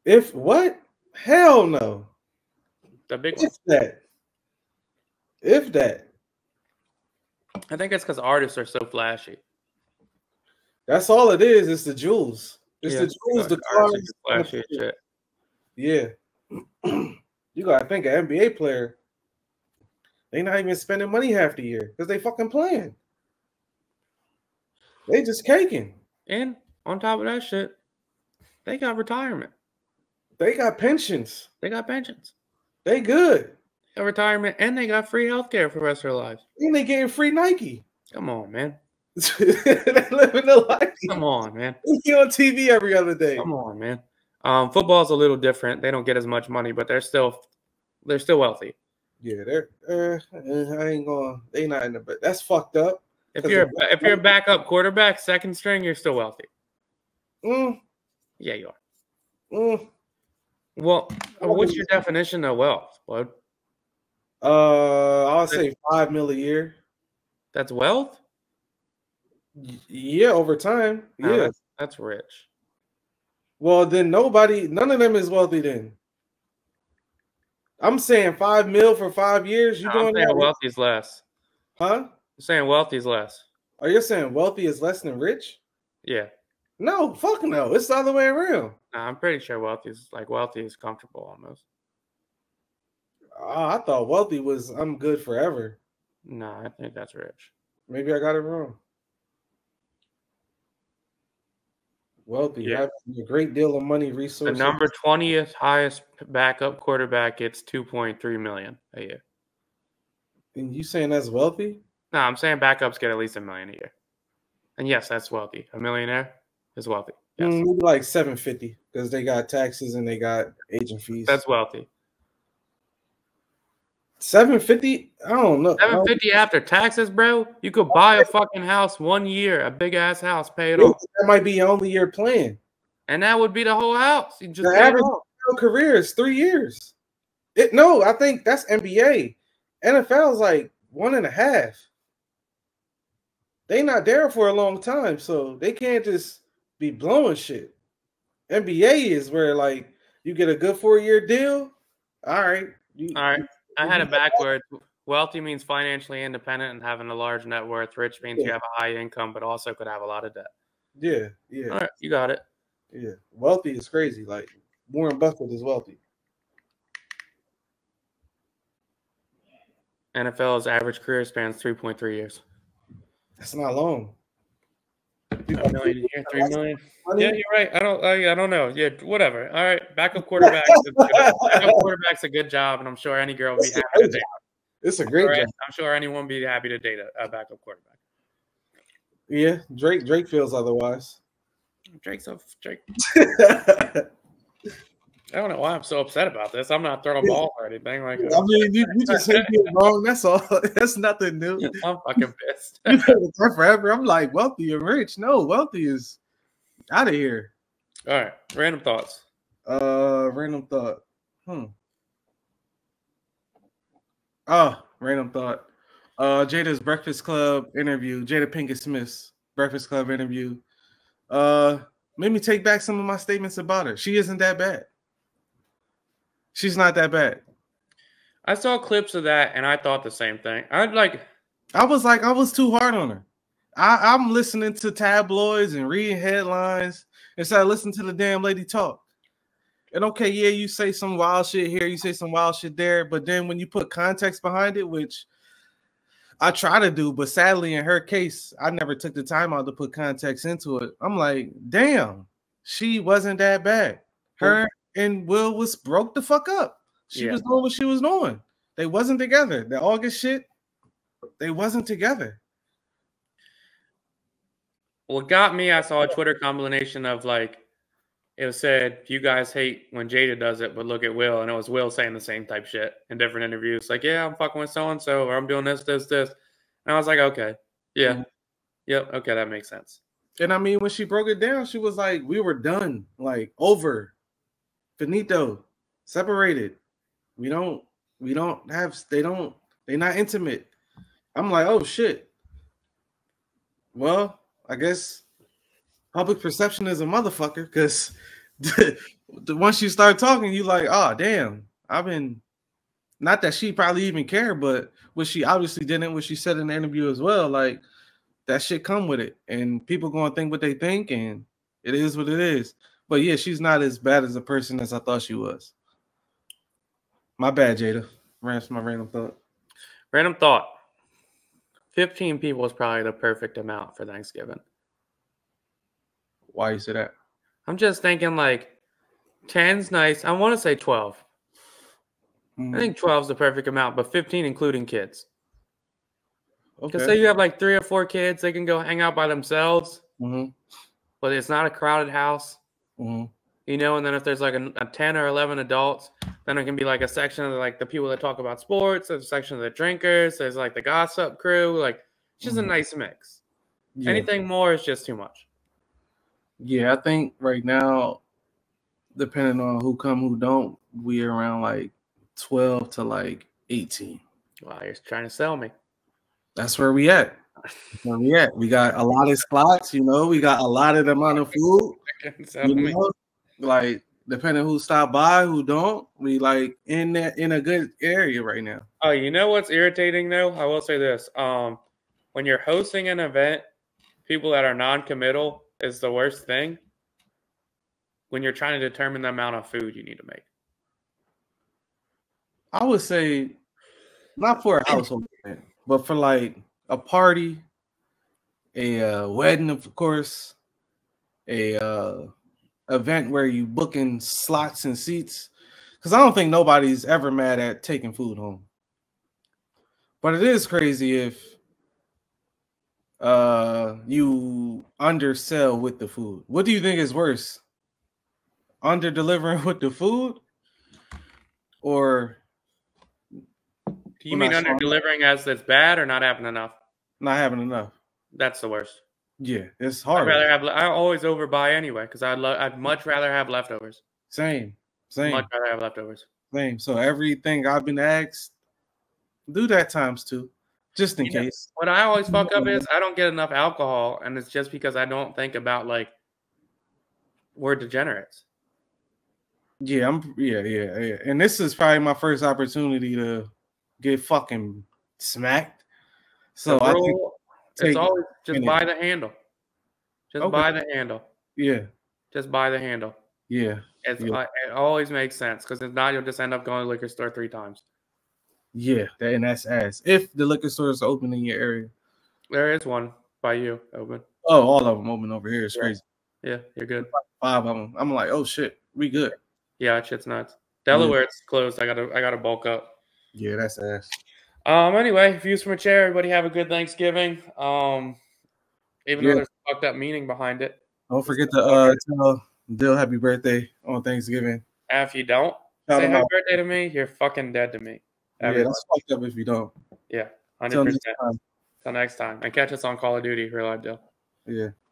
Speaker 2: If what? Hell no.
Speaker 1: The big one.
Speaker 2: If that. If that.
Speaker 1: I think it's because artists are so flashy.
Speaker 2: That's all it is. It's the jewels. It's
Speaker 1: Yeah,
Speaker 2: the
Speaker 1: like,
Speaker 2: jewels, the
Speaker 1: artists
Speaker 2: cars.
Speaker 1: are
Speaker 2: and
Speaker 1: flashy
Speaker 2: the-
Speaker 1: as shit.
Speaker 2: Yeah. you gotta think an NBA player. They not even spending money half the year because they fucking playing. They just caking.
Speaker 1: And on top of that shit, they got retirement.
Speaker 2: They got pensions.
Speaker 1: They got pensions.
Speaker 2: They good.
Speaker 1: They got retirement and they got free healthcare for the rest of their lives.
Speaker 2: And they getting free Nike.
Speaker 1: Come on, man.
Speaker 2: they living the life.
Speaker 1: Come on, man.
Speaker 2: He on TV every other day.
Speaker 1: Come on, man. Um, football's a little different. They don't get as much money, but they're still they're still wealthy.
Speaker 2: Yeah, they're. Uh, uh, I ain't going. to They not in the. But that's fucked up.
Speaker 1: If
Speaker 2: 'Cause
Speaker 1: you're
Speaker 2: the-
Speaker 1: a- if you're a backup quarterback, second string, you're still wealthy.
Speaker 2: Mm,
Speaker 1: Yeah, you are.
Speaker 2: mm.
Speaker 1: Well, uh,
Speaker 2: Well,
Speaker 1: what's
Speaker 2: then-
Speaker 1: your definition of wealth, bud?
Speaker 2: Uh, I'll say five mil a year.
Speaker 1: That's wealth?
Speaker 2: Y- Yeah, over time.
Speaker 1: No,
Speaker 2: Yeah.
Speaker 1: that's, that's rich.
Speaker 2: Well, then nobody, none of them is wealthy. Then I'm saying five mil for five years. You
Speaker 1: I'm
Speaker 2: doing
Speaker 1: saying
Speaker 2: that?
Speaker 1: wealthy's less.
Speaker 2: Huh?
Speaker 1: I'm saying wealthy's less.
Speaker 2: Are you saying wealthy is less than rich?
Speaker 1: Yeah.
Speaker 2: No, fuck no. It's the other way around.
Speaker 1: Nah, I'm pretty sure wealthy's like wealthy is comfortable almost.
Speaker 2: Ah, I thought wealthy was I'm good forever.
Speaker 1: Nah, I think that's rich.
Speaker 2: Maybe I got it wrong. Wealthy,
Speaker 1: Yeah.
Speaker 2: having a great deal of money,
Speaker 1: The
Speaker 2: resources.
Speaker 1: number 20th highest backup quarterback gets 2.3 million a year.
Speaker 2: and you saying that's wealthy?
Speaker 1: No, I'm saying backups get at least a million a year. And yes, that's wealthy. A millionaire is wealthy. Yes.
Speaker 2: Mm, maybe like seven fifty because they got taxes and they got agent fees.
Speaker 1: That's wealthy.
Speaker 2: seven fifty. I don't know. I don't-
Speaker 1: 750 after taxes, bro. You could buy a fucking house one year, a big ass house, pay it off.
Speaker 2: That might be your only year playing.
Speaker 1: And that would be the whole house. You just
Speaker 2: The
Speaker 1: pay it
Speaker 2: average
Speaker 1: off.
Speaker 2: NFL career is three years. It no, I think that's NBA. NFL is like one and a half. They not there for a long time, so they can't just be blowing shit. NBA is where like you get a good four year deal. All right, you,
Speaker 1: All right. I had it backwards. Wealthy means financially independent and having a large net worth. Rich means you
Speaker 2: Yeah.
Speaker 1: have a high income, but also could have a lot of debt.
Speaker 2: Yeah, yeah,
Speaker 1: All right, you got it.
Speaker 2: yeah. Wealthy is crazy. Like Warren Buffett is wealthy.
Speaker 1: NFL's average career span is 3.3 years.
Speaker 2: That's not long.
Speaker 1: A million a year, three million.
Speaker 2: Money-
Speaker 1: Yeah, you're right. I don't. I, I don't know. Yeah, whatever. All right, backup quarterback. is good. backup quarterback's a good job, and I'm sure any girl would be
Speaker 2: It's a
Speaker 1: happy to
Speaker 2: great
Speaker 1: date.
Speaker 2: It's a
Speaker 1: All
Speaker 2: great
Speaker 1: right,
Speaker 2: job.
Speaker 1: I'm sure anyone would be happy to date a, a backup quarterback.
Speaker 2: Yeah, Drake. Drake feels otherwise.
Speaker 1: Drake's a Drake. I don't know why I'm so upset about this. I'm not throwing balls or anything. Like
Speaker 2: I mean, you, you just hate being wrong. That's all. That's nothing new.
Speaker 1: I'm fucking pissed.
Speaker 2: You've been with her forever. I'm like wealthy and rich. No, wealthy is out of here.
Speaker 1: All right, random thoughts.
Speaker 2: Uh, random thought. Hmm. Oh, random thought. Uh, Jada's Breakfast Club interview. Jada Pinkett Smith's Breakfast Club interview. Uh, made me take back some of my statements about her. She isn't that bad. She's not that bad.
Speaker 1: I saw clips of that, and I thought the same thing. I'd like.
Speaker 2: I was like, I was too hard on her. I, I'm listening to tabloids and reading headlines instead of listening to the damn lady talk. And okay, yeah, you say some wild shit here, you say some wild shit there, but then when you put context behind it, which I try to do, but sadly in her case, I never took the time out to put context into it. I'm like, damn, she wasn't that bad. Her and Will was broke the fuck up. She
Speaker 1: Yeah.
Speaker 2: was doing what she was doing. They wasn't together. The August shit, they wasn't together.
Speaker 1: What got me, I saw a Twitter combination of like, it was said, you guys hate when Jada does it, but look at Will. And it was Will saying the same type shit in different interviews. Like, yeah, I'm fucking with so and so, or I'm doing this, this, this. And I was like, okay, yeah,
Speaker 2: Mhm.
Speaker 1: yep, okay, that makes sense.
Speaker 2: And I mean, when she broke it down, she was like, "We were done, like over, finito, separated. We don't, we don't have. They don't. They not intimate." I'm like, "Oh shit." Well, I guess public perception is a motherfucker because once you start talking, you like, "Oh damn, I've been." Not that she probably even cared, but what she obviously didn't, what she said in the interview as well, like that shit come with it, and people gonna think what they think, and it is what it is. But yeah, she's not as bad as a person as I thought she was. My bad, Jada. Rants my random thought.
Speaker 1: Random thought 15 people is probably the perfect amount for Thanksgiving.
Speaker 2: Why you say that?
Speaker 1: I'm just thinking like 10's nice. I want to say 12.
Speaker 2: Mm,
Speaker 1: I think 12 is the perfect amount, but 15 including kids. Because say you have like three or four kids, they can go hang out by themselves,
Speaker 2: Mm-hmm.
Speaker 1: but it's not a crowded house,
Speaker 2: Mm-hmm.
Speaker 1: you know. And then if there's like a, a 10 or 11 adults, then it can be like a section of like the people that talk about sports, there's a section of the drinkers, there's like the gossip crew. Like, it's just
Speaker 2: Mhm.
Speaker 1: a nice mix.
Speaker 2: Yeah.
Speaker 1: Anything more is just too much.
Speaker 2: yeah, I think right now, depending on who come, who don't, we're around like 12 to like 18.
Speaker 1: Wow, you're trying to sell me.
Speaker 2: That's where we at. That's where we at. We got a lot of slots, you know, we got a lot of amount of food.
Speaker 1: Sell
Speaker 2: You
Speaker 1: me.
Speaker 2: know, like depending who stop by, who don't, we like in that in a good area right now.
Speaker 1: Oh, you know what's irritating though? I will say this. Um, when you're hosting an event, people that are non-committal is the worst thing. When you're trying to determine the amount of food you need to make.
Speaker 2: I would say not for a household event, but for like a party, a uh, wedding, of course, a uh, event where you booking slots and seats. Because I don't think nobody's ever mad at taking food home. But it is crazy if uh you undersell with the food. What do you think is worse? Under delivering with the food or
Speaker 1: Do you mean
Speaker 2: not
Speaker 1: under
Speaker 2: strong.
Speaker 1: delivering as it's bad or not having enough?
Speaker 2: not having enough?
Speaker 1: That's the worst.
Speaker 2: Yeah, it's
Speaker 1: I'd
Speaker 2: hard.
Speaker 1: rather have. I always overbuy anyway because I'd lo- I'd much rather have leftovers.
Speaker 2: same, same,
Speaker 1: Much rather have leftovers.
Speaker 2: same. So everything I've been asked, do that times two, just in
Speaker 1: You know-
Speaker 2: case.
Speaker 1: What I always fuck up is I don't get enough alcohol, and it's just because I don't think about like we're degenerates.
Speaker 2: Yeah, I'm. Yeah, yeah, yeah. And this is probably my first opportunity to get fucking smacked. So
Speaker 1: The
Speaker 2: I think,
Speaker 1: rule-
Speaker 2: take-
Speaker 1: it's always just
Speaker 2: minute.
Speaker 1: buy the handle. Just
Speaker 2: Okay.
Speaker 1: buy the handle.
Speaker 2: yeah,
Speaker 1: Just buy the handle.
Speaker 2: yeah,
Speaker 1: It's,
Speaker 2: Yeah.
Speaker 1: uh, it always makes sense because if not, you'll just end up going to the liquor store three times.
Speaker 2: yeah. That, and that's ass. If the liquor stores are open in your area,
Speaker 1: There is one by you, open.
Speaker 2: oh, all of them open over here. It's
Speaker 1: Yeah.
Speaker 2: crazy.
Speaker 1: Yeah, you're good.
Speaker 2: Five of them. I'm like, oh shit, we good.
Speaker 1: Yeah, that shit's nuts. Delaware, it's closed. I gotta, I gotta bulk up.
Speaker 2: Yeah, that's ass.
Speaker 1: Um. Anyway, views from a chair. Everybody have a good Thanksgiving. Um. Even
Speaker 2: Yeah.
Speaker 1: though there's fucked up meaning behind it.
Speaker 2: Don't forget to uh tell Dill happy birthday on Thanksgiving.
Speaker 1: And if you don't
Speaker 2: Shout
Speaker 1: say
Speaker 2: him
Speaker 1: happy
Speaker 2: out.
Speaker 1: birthday to me, you're fucking dead to me.
Speaker 2: Yeah, that's fucked up if you don't.
Speaker 1: Everyone. yeah,
Speaker 2: Till
Speaker 1: hundred
Speaker 2: next
Speaker 1: percent.
Speaker 2: time.
Speaker 1: Till next time, and catch us on Call of Duty. Real life deal.
Speaker 2: Yeah.